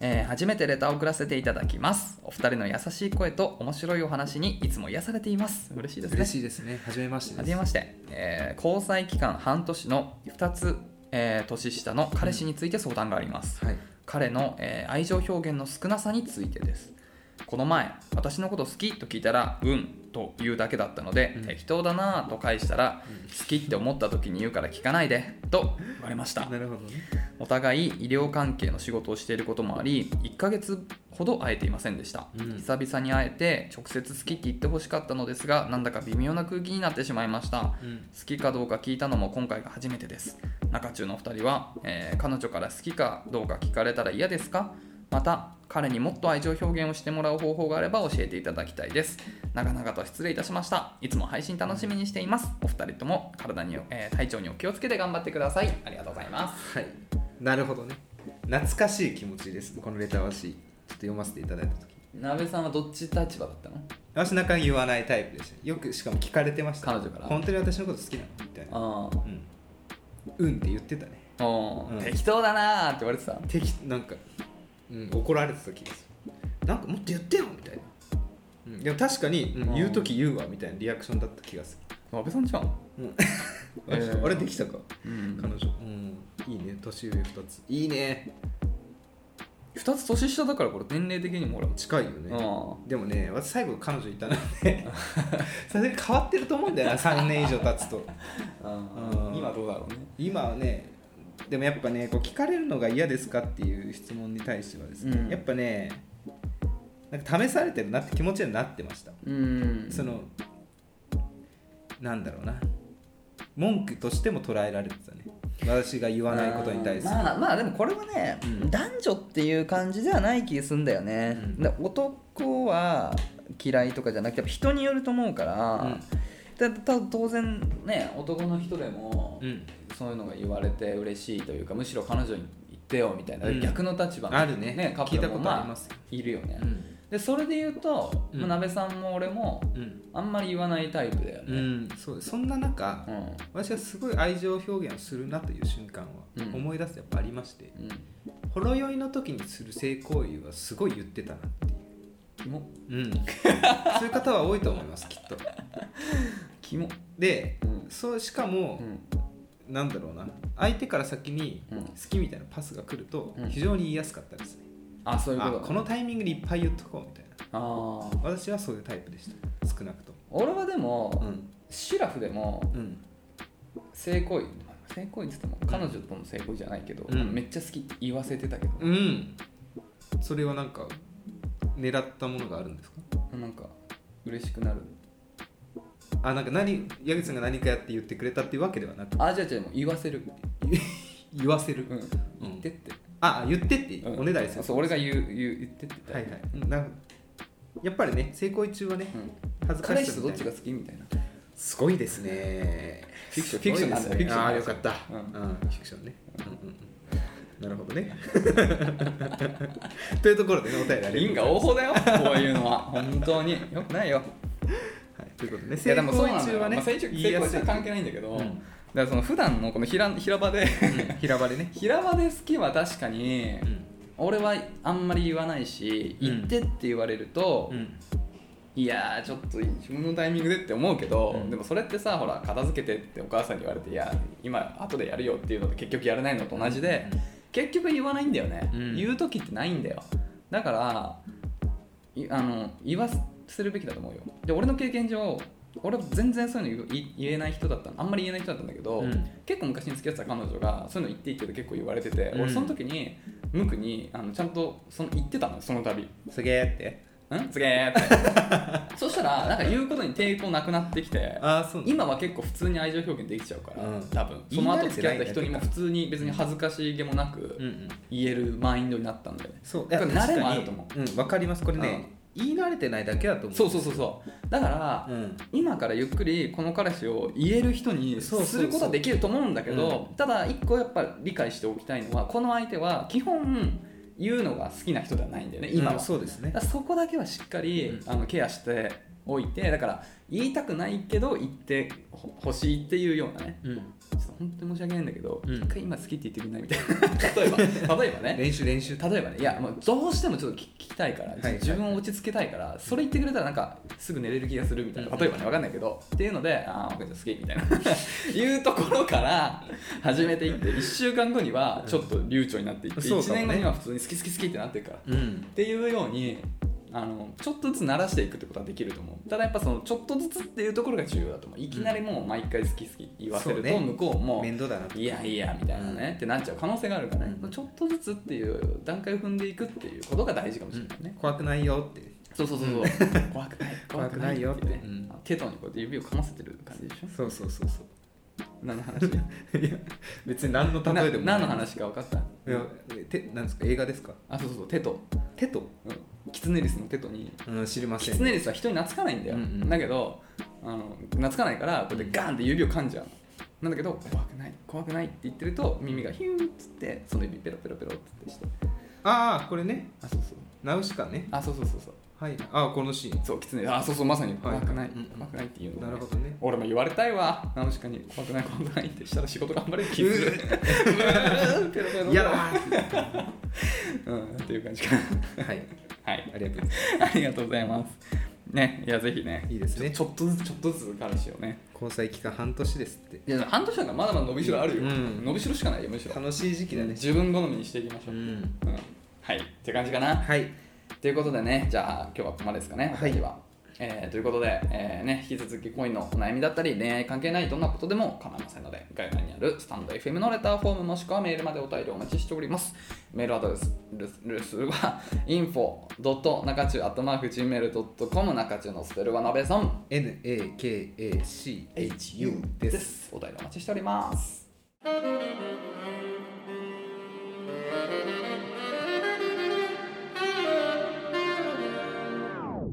[SPEAKER 2] えー初めてレターを送らせていただきますお二人の優しい声と面白いお話にいつも癒されています嬉しいですね
[SPEAKER 1] 嬉しいですね初めまして
[SPEAKER 2] は
[SPEAKER 1] で
[SPEAKER 2] じめ
[SPEAKER 1] す
[SPEAKER 2] まして、えー交際期間半年の2つ、えー年下の彼氏について相談があります、
[SPEAKER 1] はい
[SPEAKER 2] 彼の、えー愛情表現の少なさについてですこの前私のこと好きと聞いたら「うん」と言うだけだったので、
[SPEAKER 1] うん
[SPEAKER 2] 適当だなぁと返したら、好きって思った時に言うから聞かないでと言われました
[SPEAKER 1] なるほどね
[SPEAKER 2] お互い医療関係の仕事をしていることもあり1ヶ月ほど会えていませんでした、
[SPEAKER 1] うん
[SPEAKER 2] 久々に会えて直接好きって言ってほしかったのですがなんだか微妙な空気になってしまいました
[SPEAKER 1] うん
[SPEAKER 2] 好きかどうか聞いたのも今回が初めてです中中のお二人は、えー彼女から好きかどうか聞かれたら嫌ですかまた彼にもっと愛情表現をしてもらう方法があれば教えていただきたいです長々と失礼いたしましたいつも配信楽しみにしていますお二人とも体に、えー体調にお気をつけて頑張ってくださいありがとうございます
[SPEAKER 1] はいなるほどね懐かしい気持ちですこのレターはしちょっと読ませていただいた時
[SPEAKER 2] 鍋さんはどっち立場だったの
[SPEAKER 1] 私なんか言わないタイプでしたよくしかも聞かれてました
[SPEAKER 2] 彼女から
[SPEAKER 1] 本当に私のこと好きなのみたいな
[SPEAKER 2] あ
[SPEAKER 1] うんうんって言ってたね
[SPEAKER 2] あ、う
[SPEAKER 1] うん
[SPEAKER 2] ん、適当だなーって言われてた
[SPEAKER 1] 適なんか、うん、怒られてた気がするなんかもっと言ってよみたいな、うん、でも確かに、うん
[SPEAKER 2] うん
[SPEAKER 1] 言う時言うわみたいなリアクションだった気がす
[SPEAKER 2] 鍋さんじゃん、
[SPEAKER 1] る、うん
[SPEAKER 2] えー
[SPEAKER 1] あれできたか、
[SPEAKER 2] うん
[SPEAKER 1] 彼女、うん、いいね年上2ついいね
[SPEAKER 2] 2つ年下だからこれ年齢的にも俺も
[SPEAKER 1] 近いよ
[SPEAKER 2] う
[SPEAKER 1] ね
[SPEAKER 2] ん
[SPEAKER 1] でもね私最後彼女いたので さすがに変わってると思うんだよな3年以上経つと
[SPEAKER 2] うん
[SPEAKER 1] うん
[SPEAKER 2] 今どうだろうね
[SPEAKER 1] 今はねでもやっぱねこう聞かれるのが嫌ですかっていう質問に対してはですね、
[SPEAKER 2] うん
[SPEAKER 1] やっぱねなんか試されてるなって気持ちにはなってました
[SPEAKER 2] うん
[SPEAKER 1] そのなんだろうな文句としても捉えられてたね私が言わないことに対する
[SPEAKER 3] あーまあまあでもこれはね、
[SPEAKER 1] うん
[SPEAKER 3] 男女っていう感じではない気がすんだよね、
[SPEAKER 1] うん
[SPEAKER 3] で男は嫌いとかじゃなくてやっぱ人によると思うから、だた当然
[SPEAKER 2] ね男の人でも、
[SPEAKER 1] うん
[SPEAKER 2] そういうのが言われて嬉しいというかむしろ彼女に言ってよみたいな、
[SPEAKER 1] うん
[SPEAKER 2] 逆の立場の
[SPEAKER 1] あるね
[SPEAKER 2] カップルも
[SPEAKER 1] 聞いたことあります
[SPEAKER 2] まあいるよね、
[SPEAKER 1] うん
[SPEAKER 2] でそれで言うと、
[SPEAKER 1] うん
[SPEAKER 2] まあ、鍋さんも俺も
[SPEAKER 1] うん
[SPEAKER 2] あんまり言わないタイプだよ
[SPEAKER 1] う
[SPEAKER 2] ね
[SPEAKER 1] んそうそんな中、
[SPEAKER 2] うん、
[SPEAKER 1] 私はすごい愛情表現をするなという瞬間は
[SPEAKER 2] うん
[SPEAKER 1] 思い出すとやっぱありまして、
[SPEAKER 2] うん
[SPEAKER 1] ほろ酔いの時にする性行為はすごい言ってたなっていう、
[SPEAKER 2] キモ
[SPEAKER 1] うん、そういう方は多いと思いますきっと
[SPEAKER 2] キモ
[SPEAKER 1] で、
[SPEAKER 2] うん
[SPEAKER 1] そうしかも
[SPEAKER 2] う、ん
[SPEAKER 1] なんだろうな相手から先に
[SPEAKER 2] うん
[SPEAKER 1] 好きみたいなパスが来ると
[SPEAKER 2] うん
[SPEAKER 1] 非常に言いやすかったですね、
[SPEAKER 2] あそういうこ
[SPEAKER 1] あ
[SPEAKER 2] と
[SPEAKER 1] このタイミングでいっぱい言っとこうみたいな
[SPEAKER 2] あー
[SPEAKER 1] 私はそういうタイプでした少なくとも
[SPEAKER 2] 俺はでも、
[SPEAKER 1] うん
[SPEAKER 2] シラフでも
[SPEAKER 1] うん
[SPEAKER 2] 性行為性行為って言っても彼女との性行為じゃないけど、
[SPEAKER 1] うん
[SPEAKER 2] めっちゃ好きって言わせてたけど、
[SPEAKER 1] うんそれはなんか狙ったものがあるんですか
[SPEAKER 2] なんか嬉しくなる
[SPEAKER 1] あなんか何矢口さんが何かやって言ってくれたっていうわけではなく
[SPEAKER 2] あじゃあじゃあもう言わせる、
[SPEAKER 1] 言わせる、
[SPEAKER 2] うん、言ってって、
[SPEAKER 1] あ言ってって、
[SPEAKER 2] うん
[SPEAKER 1] おねだりする
[SPEAKER 2] そう俺が言う言う言ってって言った
[SPEAKER 1] はいはいなんやっぱりね成功中はね
[SPEAKER 2] うん
[SPEAKER 1] 恥ずか
[SPEAKER 2] 彼
[SPEAKER 1] し
[SPEAKER 2] 氏
[SPEAKER 1] さ
[SPEAKER 2] と
[SPEAKER 1] み
[SPEAKER 2] ど
[SPEAKER 1] たい
[SPEAKER 2] っち
[SPEAKER 1] な
[SPEAKER 2] が好きみたいな
[SPEAKER 1] すごいですね。
[SPEAKER 2] フィクションフィクションなんだ
[SPEAKER 1] すご
[SPEAKER 2] よ
[SPEAKER 1] いですね
[SPEAKER 2] フィクション
[SPEAKER 1] ああ
[SPEAKER 2] な
[SPEAKER 1] ー、
[SPEAKER 2] んで
[SPEAKER 1] よ
[SPEAKER 2] す
[SPEAKER 1] か
[SPEAKER 2] よ
[SPEAKER 1] った。
[SPEAKER 2] う
[SPEAKER 1] うんん、フィクションね。うんうんうんなるほどね。 というところでね、お便りありがとうございます
[SPEAKER 2] 因果応報だよこういうの は本当によくないよ
[SPEAKER 1] はい、ということでね、
[SPEAKER 2] いやでもそうなんだ
[SPEAKER 1] 中
[SPEAKER 2] よ、
[SPEAKER 1] はね、
[SPEAKER 2] まあ、成長
[SPEAKER 1] 言いやすい
[SPEAKER 2] 中は関係ないんだけど、
[SPEAKER 1] うん
[SPEAKER 2] だからその普段のこの平平場
[SPEAKER 1] う
[SPEAKER 2] で
[SPEAKER 1] ん平場でね。
[SPEAKER 2] 平場で好きは確かに、
[SPEAKER 1] うん
[SPEAKER 2] 俺はあんまり言わないし
[SPEAKER 1] うん
[SPEAKER 2] 言ってって言われると、
[SPEAKER 1] うん
[SPEAKER 2] いやーちょっと自分のタイミングでって思うけど、
[SPEAKER 1] うん
[SPEAKER 2] でもそれってさほら片付けてってお母さんに言われていや今後でやるよっていうのと結局やらないのと同じで、
[SPEAKER 1] うん
[SPEAKER 2] 結局言わないんだよね、
[SPEAKER 1] うん
[SPEAKER 2] 言う時ってないんだよだからいあの言わせるべきだと思うよで俺の経験上俺全然そういうの言う言えない人だったのあんまり言えない人だったんだけど、
[SPEAKER 1] うん
[SPEAKER 2] 結構昔に付き合ってた彼女がそういうの言っていいって結構言われてて、
[SPEAKER 1] うん
[SPEAKER 2] 俺その時にムクにあのちゃんとその言ってたのその度
[SPEAKER 1] すげえって。
[SPEAKER 2] んすげえって そしたらなんか言うことに抵抗なくなってきて
[SPEAKER 1] ああ、そうなんだ
[SPEAKER 2] 今は結構普通に愛情表現できちゃうから、
[SPEAKER 1] うん
[SPEAKER 2] 多分
[SPEAKER 1] 言い
[SPEAKER 2] その
[SPEAKER 1] 慣
[SPEAKER 2] 後
[SPEAKER 1] れて
[SPEAKER 2] 付き
[SPEAKER 1] ない
[SPEAKER 2] 合
[SPEAKER 1] ん
[SPEAKER 2] っ
[SPEAKER 1] だ
[SPEAKER 2] た人にも普通に別に恥ずかしげもなく
[SPEAKER 1] うんうん。
[SPEAKER 2] 言えるマインドになったんだよね、
[SPEAKER 1] そう、い
[SPEAKER 2] だ
[SPEAKER 1] や
[SPEAKER 2] から
[SPEAKER 1] 確
[SPEAKER 2] 慣れも
[SPEAKER 1] か
[SPEAKER 2] あ
[SPEAKER 1] に
[SPEAKER 2] ると思
[SPEAKER 1] うん、わかります。これね、言い慣れてないだけだと思う。
[SPEAKER 2] そうそうそうそうだから、
[SPEAKER 1] うん。
[SPEAKER 2] 今からゆっくりこの彼氏を言える人にす
[SPEAKER 1] そうそうそう
[SPEAKER 2] ることはできると思うんだけどただ一個やっぱ理解しておきたいのはこの相手は基本言うのが好きな人ではないんだよね今は、
[SPEAKER 1] うんそうですね
[SPEAKER 2] だ。からそこだけはしっかり、
[SPEAKER 1] うん
[SPEAKER 2] あのケアしておいてだから言いたくないけど言ってほ欲しいっていうようなね
[SPEAKER 1] うん。
[SPEAKER 2] ちょっと本当に申し訳ないんだけど、
[SPEAKER 1] うん
[SPEAKER 2] 一回今好きって言ってくんないみた いな例えば例えばね
[SPEAKER 1] 練習練習。
[SPEAKER 2] 例えばねいやもうどうしてもちょっと聞きたいから、
[SPEAKER 1] はいはい
[SPEAKER 2] 自分を落ち着けたいからそれ言ってくれたらなんかすぐ寝れる気がするみたいな、
[SPEAKER 1] うん
[SPEAKER 2] 例えばね分かんないけどっていうのでああ分かりました好きみたいな いうところから始めていって1週間後にはちょっと流暢になっていって、
[SPEAKER 1] そうかも
[SPEAKER 2] 1
[SPEAKER 1] ね
[SPEAKER 2] 年後には普通に好き好き好きってなってるから。
[SPEAKER 1] うん
[SPEAKER 2] っ。ていうようにあのちょっとずつ慣らしていくってことはできると思うただやっぱそのちょっとずつっていうところが重要だと思ういきなりもう毎回好き好き言わせる
[SPEAKER 1] そ
[SPEAKER 2] と
[SPEAKER 1] うね
[SPEAKER 2] 向こうも
[SPEAKER 1] 面倒だなと
[SPEAKER 2] いやいやみたいなね、ってなっちゃう可能性があるからね、
[SPEAKER 1] うん
[SPEAKER 2] ちょっとずつっていう段階を踏んでいくっていうことが大事かもしれないね、
[SPEAKER 1] 怖くないよって
[SPEAKER 2] そうそうそうそう、 怖くない
[SPEAKER 1] 怖くないよって
[SPEAKER 2] 怖くないう
[SPEAKER 1] うん
[SPEAKER 2] テトにこうやって指をかませてる感じでしょ
[SPEAKER 1] そうそうそうそ
[SPEAKER 2] 何の話
[SPEAKER 1] うい や別に何の
[SPEAKER 2] な
[SPEAKER 1] 例えでもない
[SPEAKER 2] 何の話か分かった
[SPEAKER 1] いやえて何ですか映画ですか
[SPEAKER 2] あそうそうそうテト、
[SPEAKER 1] 手と、
[SPEAKER 2] うん、キツネリスのテトに
[SPEAKER 1] うん、知りませ
[SPEAKER 2] キ
[SPEAKER 1] ん
[SPEAKER 2] ツネリスは人に懐かないんだよ、
[SPEAKER 1] うんうん
[SPEAKER 2] だけどあの懐かないからこうやってガンって指を噛んじゃうのなんだけど怖くない怖くないって言ってると耳がヒューっつってその指ペロペロペロってして
[SPEAKER 1] ああこれね
[SPEAKER 2] あそうそう
[SPEAKER 1] ナウシカね
[SPEAKER 2] あそうそうそうそう
[SPEAKER 1] はいああこのシーン
[SPEAKER 2] そうキツネあそうそうまさに怖くない、
[SPEAKER 1] うんうん
[SPEAKER 2] 怖くないって言うの、
[SPEAKER 1] なるほどね
[SPEAKER 2] 俺も言われたいわナウシカに怖くない怖くないってしたら仕事頑張れる気がする
[SPEAKER 1] う
[SPEAKER 2] うーペロペロペロ
[SPEAKER 1] いやだー
[SPEAKER 2] うんっていう感じかな
[SPEAKER 1] はい
[SPEAKER 2] はい
[SPEAKER 1] ありがとうございます
[SPEAKER 2] ありがとうございますねいやぜひね
[SPEAKER 1] いいですね
[SPEAKER 2] ちょちょっとずつちょっとずつ彼氏をね
[SPEAKER 1] 交際期間半年ですって
[SPEAKER 2] いや半年なんかまだまだ伸びしろあるよ、
[SPEAKER 1] うん
[SPEAKER 2] 伸びしろしかないよむしろ
[SPEAKER 1] 楽しい時期だね
[SPEAKER 2] 自分好みにしていきましょ
[SPEAKER 1] う
[SPEAKER 2] う、
[SPEAKER 1] ん
[SPEAKER 2] うんはいって感じかな
[SPEAKER 1] はい
[SPEAKER 2] ということでねじゃあ今日はここまでですかね
[SPEAKER 1] はい
[SPEAKER 2] 私は、えーということで、えーね、引き続き恋のお悩みだったり恋愛関係ないどんなことでも構いませんので概要欄にあるスタンド FM のレターフォームもしくはメールまでお便りお待ちしておりますメールアドレスルスルスは info.nakachu.gmail.com 中中のスペルはなべさん
[SPEAKER 1] NAKACHU です
[SPEAKER 2] お便りお待ちしております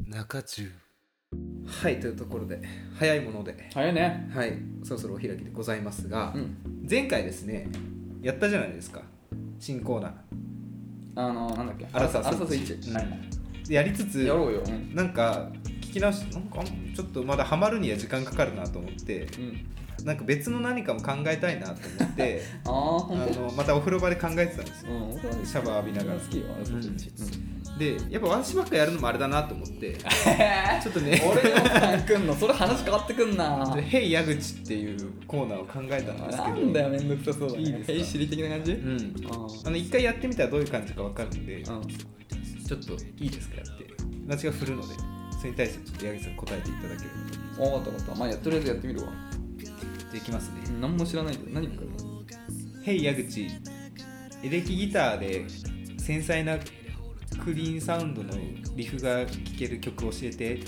[SPEAKER 1] 中中はいというところで早いもので
[SPEAKER 2] 早いね
[SPEAKER 1] はいそろそろお開きでございますが、
[SPEAKER 2] うん
[SPEAKER 1] 前回ですねやったじゃないですか新コーナ
[SPEAKER 2] あのなんだっけ
[SPEAKER 1] アラサー
[SPEAKER 2] アラサース
[SPEAKER 1] ス
[SPEAKER 2] イ
[SPEAKER 1] イ
[SPEAKER 2] ッ
[SPEAKER 1] ッ
[SPEAKER 2] チ
[SPEAKER 1] チ
[SPEAKER 2] ない
[SPEAKER 1] ーやりつつ
[SPEAKER 2] やろうようん
[SPEAKER 1] なんか聞き直しなんかあんちょっとまだハマるには時間かかるなと思って
[SPEAKER 2] うん
[SPEAKER 1] なんか別の何かも考えたいなと思って
[SPEAKER 2] ああ
[SPEAKER 1] あ
[SPEAKER 2] ほんと
[SPEAKER 1] のまたお風呂場で考えてたんですよ
[SPEAKER 2] うん俺は
[SPEAKER 1] シャワー浴びながら
[SPEAKER 2] 好きよアラサースイッチ
[SPEAKER 1] でやっぱ私ばっかやるのもあれだなと思って ちょっとね
[SPEAKER 2] 俺のさんくんのそれ話変わってくんな
[SPEAKER 1] で「ヘイ矢口」っていうコーナーを考えたんですけ
[SPEAKER 2] な
[SPEAKER 1] ど
[SPEAKER 2] んだよめんどくさそうだね
[SPEAKER 1] いいですか
[SPEAKER 2] えいしり的な感じ
[SPEAKER 1] うん
[SPEAKER 2] あー
[SPEAKER 1] あの一回やってみたらどういう感じか分かるんで、
[SPEAKER 2] うん
[SPEAKER 1] ちょっといいですかやって私が振るのでそれに対してちょっと矢口さん答えていただける
[SPEAKER 2] あ分かった分かったまあやとりあえずやってみるわ
[SPEAKER 1] とできますね
[SPEAKER 2] 何も知らないけど何か
[SPEAKER 1] 「ヘイ矢口」エレキギターで繊細なクリーンサウンドのリフが聴ける曲教えて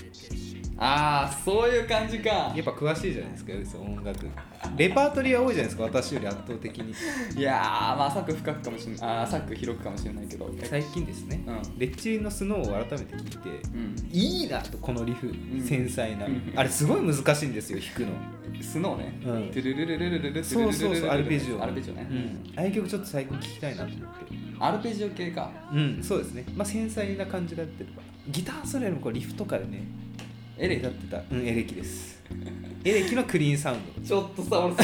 [SPEAKER 2] ああそういう感じか
[SPEAKER 1] やっぱ詳しいじゃないですか矢口さん音楽レパートリーは多いじゃないですか私より圧倒的に
[SPEAKER 2] いやーまあ浅く深くかもしれないあー浅く広くかもしれないけど
[SPEAKER 1] 最近ですね、
[SPEAKER 2] うん
[SPEAKER 1] レッチリのスノーを改めて聞いて、
[SPEAKER 2] うん
[SPEAKER 1] いいなとこのリフ、
[SPEAKER 2] ん
[SPEAKER 1] 繊細な、
[SPEAKER 2] うん
[SPEAKER 1] あれすごい難しいんですよ弾くの
[SPEAKER 2] スノーね、
[SPEAKER 1] うん
[SPEAKER 2] トゥルルルルルルル
[SPEAKER 1] そうそうそうアルペジオ
[SPEAKER 2] アルペジオね、
[SPEAKER 1] うん、ああいう曲ちょっと最近聴きたいなと思って
[SPEAKER 2] アルペジオ系か
[SPEAKER 1] うんそうですねまあ繊細な感じだってるギターソロよりもこうリフとかでね
[SPEAKER 2] エレキ
[SPEAKER 1] だってたうんエレキですエレキのクリーンサウン
[SPEAKER 2] ちょっとさ俺さ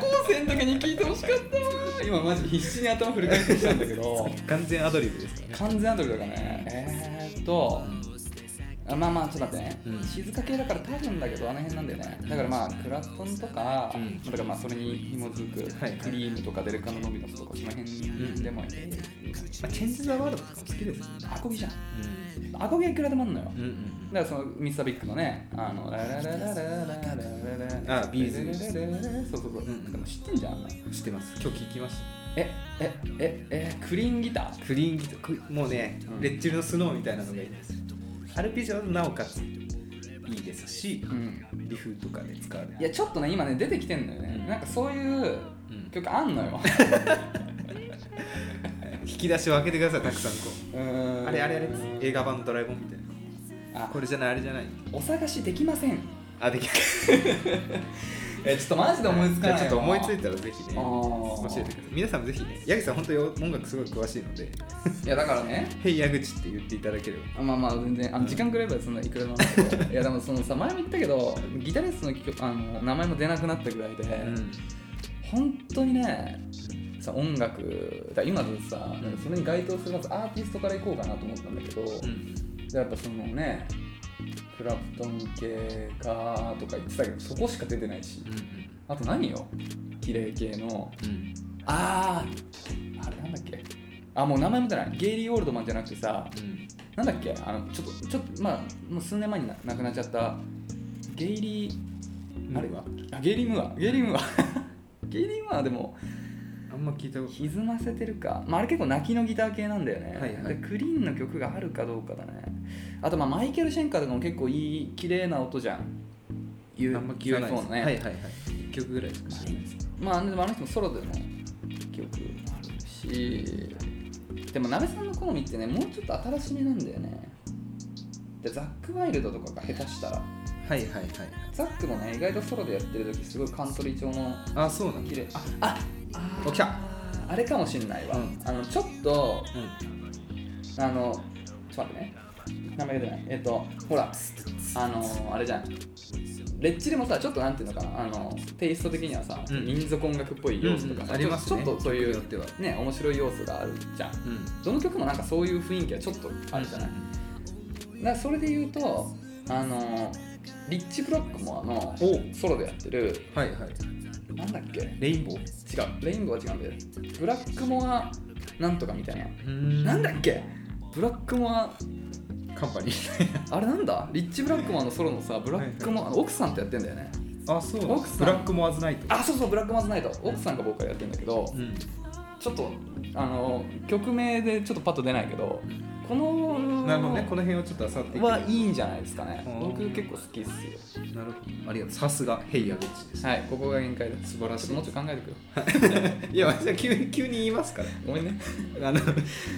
[SPEAKER 2] 高校生の時に聞いてほしかったわ今マジ必死に頭フル回転したんだけど
[SPEAKER 1] ド完全アドリブですからね
[SPEAKER 2] 完全アドリブだからねえー、っとあまあまあちょっと待ってね、
[SPEAKER 1] うん
[SPEAKER 2] 静か系だから多分だけどあの辺なんだよねだからまあクラトンとか、
[SPEAKER 1] うん
[SPEAKER 2] だからまあそれに紐づく、
[SPEAKER 1] はい
[SPEAKER 2] クリームとかデレカのノビノスとかその辺でも、えー
[SPEAKER 1] まあ、チェンジ・ザ・ワールドとかも好きですよね
[SPEAKER 2] アコギじゃんアコギはいくらでもあんのよ、
[SPEAKER 1] うんうん
[SPEAKER 2] だからそのミスタービッグのね、あの、ラララララララララ
[SPEAKER 1] あビーズ
[SPEAKER 2] ララララララそうそうそう、
[SPEAKER 1] うん
[SPEAKER 2] でも知ってんじゃん、あんな
[SPEAKER 1] うん知ってます今日聴きました
[SPEAKER 2] え、え、え、え、クリーンギタ
[SPEAKER 1] クリーンギタークリもうね、
[SPEAKER 2] うん
[SPEAKER 1] レッチリのスノーみたいなのがいいですアルペジオはなおかついいですし
[SPEAKER 2] ー。うん。
[SPEAKER 1] リフとかで使われる
[SPEAKER 2] いや、ちょっとね、今ね、出てきてんのよね、
[SPEAKER 1] うん
[SPEAKER 2] なんかそういう
[SPEAKER 1] うん
[SPEAKER 2] 曲あんのよ。
[SPEAKER 1] 引き出しを開けてくださいたくさんこ
[SPEAKER 2] うー
[SPEAKER 1] うんあれあれあれ映画版のドラえもんみたいな
[SPEAKER 2] あ
[SPEAKER 1] これじゃないあれじゃない
[SPEAKER 2] お探しできません。
[SPEAKER 1] あできない
[SPEAKER 2] え、ちょっとマジで思いつか
[SPEAKER 1] じゃ
[SPEAKER 2] な
[SPEAKER 1] あ
[SPEAKER 2] い。
[SPEAKER 1] ちょっと思いつい
[SPEAKER 2] い
[SPEAKER 1] たらぜひね
[SPEAKER 2] あ
[SPEAKER 1] 教
[SPEAKER 2] ー
[SPEAKER 1] えてください皆さんもぜひね矢口さん本当に音楽すごい詳しいので
[SPEAKER 2] や、だからね。
[SPEAKER 1] 「へい矢口」って言っていただければ
[SPEAKER 2] あまあまあ全然あの時間くればそんないくらでもあるけどいやでもそのさ前も言ったけどギタリストの曲あの名前も出なくなったぐらいで、本当にねさ音楽だ今だとさ、
[SPEAKER 1] うん
[SPEAKER 2] それに該当するまずアーティストからいこうかなと思ったんだけど、
[SPEAKER 1] ん
[SPEAKER 2] やっぱそのねクラプトン系かとか言ってたけどそこしか出てないし
[SPEAKER 1] うん
[SPEAKER 2] あと何よ綺麗系の
[SPEAKER 1] うん
[SPEAKER 2] あああれなんだっけあもう名前も出ないゲイリー・オールドマンじゃなくてさ
[SPEAKER 1] うん
[SPEAKER 2] なんだっけあのちょっとちょっとまあもう数年前にな亡くなっちゃったゲイリーあれ
[SPEAKER 1] は
[SPEAKER 2] あゲイリー・ムーア ゲイリー・ムーアゲイリー・ムーアでも
[SPEAKER 1] あんま聞いたこと
[SPEAKER 2] 歪ませてるか、まあ、あれ結構泣きのギター系なんだよね、
[SPEAKER 1] はいはい
[SPEAKER 2] でクリーンの曲があるかどうかだねあとまあマイケル・シェンカーとかも結構いい綺麗な音じゃん
[SPEAKER 1] あんま聞かない
[SPEAKER 2] UFO
[SPEAKER 1] で
[SPEAKER 2] の
[SPEAKER 1] す
[SPEAKER 2] ね、
[SPEAKER 1] はいはいはい1曲ぐらいしか知らないです
[SPEAKER 2] まあでもあの人もソロでも曲あるしでも鍋さんの好みってねもうちょっと新しめなんだよねでザック・ワイルドとかが下手したら
[SPEAKER 1] はいはいはい
[SPEAKER 2] ザックもね意外とソロでやってる時すごいカントリー調の
[SPEAKER 1] あそうなん
[SPEAKER 2] 綺
[SPEAKER 1] だ
[SPEAKER 2] 麗ああ
[SPEAKER 1] お来た
[SPEAKER 2] ああれかもしんないわ、
[SPEAKER 1] うん
[SPEAKER 2] あのちょっと
[SPEAKER 1] うん
[SPEAKER 2] あの、ちょっと待ってね。名前が出ない。えっと、ほら、あの、あれじゃん。レッチリもさ、ちょっとなんていうのかな、あの、テイスト的にはさ、
[SPEAKER 1] うん
[SPEAKER 2] 民族音楽っぽい要素と
[SPEAKER 1] う
[SPEAKER 2] かさ、
[SPEAKER 1] んうんありますね
[SPEAKER 2] ちょっとそうい
[SPEAKER 1] 曲
[SPEAKER 2] う
[SPEAKER 1] によって
[SPEAKER 2] ね、面白い要素があるじゃん。
[SPEAKER 1] うん
[SPEAKER 2] どの曲もなんかそういう雰囲気はちょっとあるじゃない。だからそれで言うと、あの、リッチ・ブロックもあの
[SPEAKER 1] お
[SPEAKER 2] ソロでやってる
[SPEAKER 1] はいはい
[SPEAKER 2] なんだっけ違う
[SPEAKER 1] レインボー
[SPEAKER 2] レインボーは違うんだよブラックモアなんとかみたいな
[SPEAKER 1] うん
[SPEAKER 2] なんだっけブラックモア
[SPEAKER 1] カンパニー
[SPEAKER 2] あれなんだリッチ・ブラックマンのソロのさブラックマンあの奥さんとやってんだよね
[SPEAKER 1] あそうなんだ
[SPEAKER 2] 奥さん
[SPEAKER 1] ブラックモアズナイト
[SPEAKER 2] あそうそうブラックマンズナイト奥さんが僕からやってんだけど
[SPEAKER 1] うん
[SPEAKER 2] ちょっとあの曲名でちょっとパッと出ないけどこの
[SPEAKER 1] なるほどねこの辺をちょっと漁っていく
[SPEAKER 2] はいいんじゃないですかね
[SPEAKER 1] うん
[SPEAKER 2] 僕結構好きっすよ
[SPEAKER 1] なるほどありがとうさすがヘイヤゴッチです
[SPEAKER 2] はいここが限界だ
[SPEAKER 1] 素晴らしい
[SPEAKER 2] ちょっともうちょい考えてくよ
[SPEAKER 1] いやじゃあ急に急に言いますから
[SPEAKER 2] ごめんね
[SPEAKER 1] あの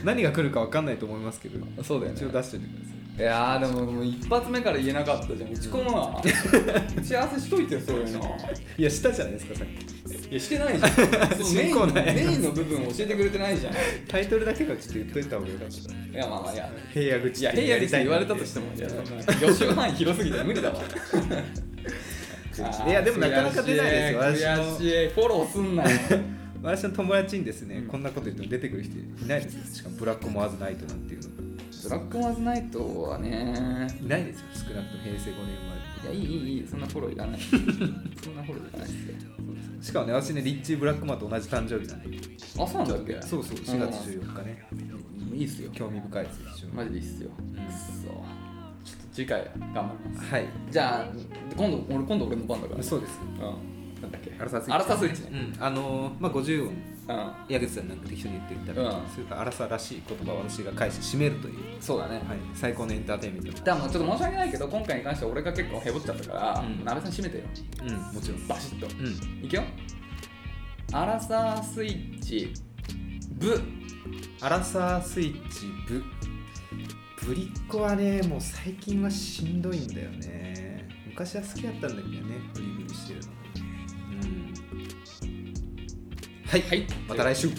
[SPEAKER 1] 何が来るか分かんないと思いますけど
[SPEAKER 2] そうだよね
[SPEAKER 1] 一応出しておいてください
[SPEAKER 2] いやーでももう一発目から言えなかったじゃん打ち込むわ打ち合わせしといてよそう いうの
[SPEAKER 1] いやしたじゃないですかさっき
[SPEAKER 2] いやしてないじゃんそうメイン
[SPEAKER 1] 進行
[SPEAKER 2] の
[SPEAKER 1] ない
[SPEAKER 2] メインの部分教えてくれてないじゃんい
[SPEAKER 1] タイトルだけはちょっと言っといた方がよかった
[SPEAKER 2] やまあまあいや
[SPEAKER 1] ヘイヤ口って
[SPEAKER 2] いやヘイヤリスって言われたとしてもいや予習範囲広すぎて無理 だわ
[SPEAKER 1] いやでもなかなか出ないですよ
[SPEAKER 2] 悔しい
[SPEAKER 1] 私の
[SPEAKER 2] 悔しいフォローすんなよ
[SPEAKER 1] 私の友達にですね、こんなこと言っても出てくる人いないですよしかもブラックモアズナイトなんていうの
[SPEAKER 2] ブラックマズナイトは
[SPEAKER 1] い
[SPEAKER 2] ね
[SPEAKER 1] ないですよ少なくとも平成5年
[SPEAKER 2] いやいいいいいいそんなフォローいら ないそんなフォローいらないですよ
[SPEAKER 1] 生まれしかもね私ねリッチー・ブラックマンと同じ誕生日なんで
[SPEAKER 2] あそうなんだっけ
[SPEAKER 1] そうそう4月14日ね
[SPEAKER 2] いいっすよ
[SPEAKER 1] 興味深いですよ一応
[SPEAKER 2] マジでいいっすよくっそちょっと次回頑張ります
[SPEAKER 1] はい
[SPEAKER 2] じゃあ今度俺今度俺の番だから
[SPEAKER 1] そうです
[SPEAKER 2] うんなんだっけ
[SPEAKER 1] アラサースイッチ
[SPEAKER 2] アラサースイッチね
[SPEAKER 1] うんあのーまあ50音
[SPEAKER 2] う
[SPEAKER 1] 矢口さんなんか適当に言ってみたりとか、
[SPEAKER 2] うん
[SPEAKER 1] それから荒さらしい言葉を私が返して締めるという、
[SPEAKER 2] んそうだね
[SPEAKER 1] はい、最高のエンターテインメント
[SPEAKER 2] だからもうちょっと申し訳ないけど今回に関しては俺が結構へぼっちゃったから、
[SPEAKER 1] うん
[SPEAKER 2] 鍋さん締めてよ
[SPEAKER 1] うんもちろん
[SPEAKER 2] バシッ
[SPEAKER 1] う
[SPEAKER 2] と、
[SPEAKER 1] ん
[SPEAKER 2] いくよアラサースイッチブ
[SPEAKER 1] アラサースイッチブぶりっ子はねもう最近はしんどいんだよね昔は好きだったんだけどねブリブリしてるのうん
[SPEAKER 2] はいはい
[SPEAKER 1] また来週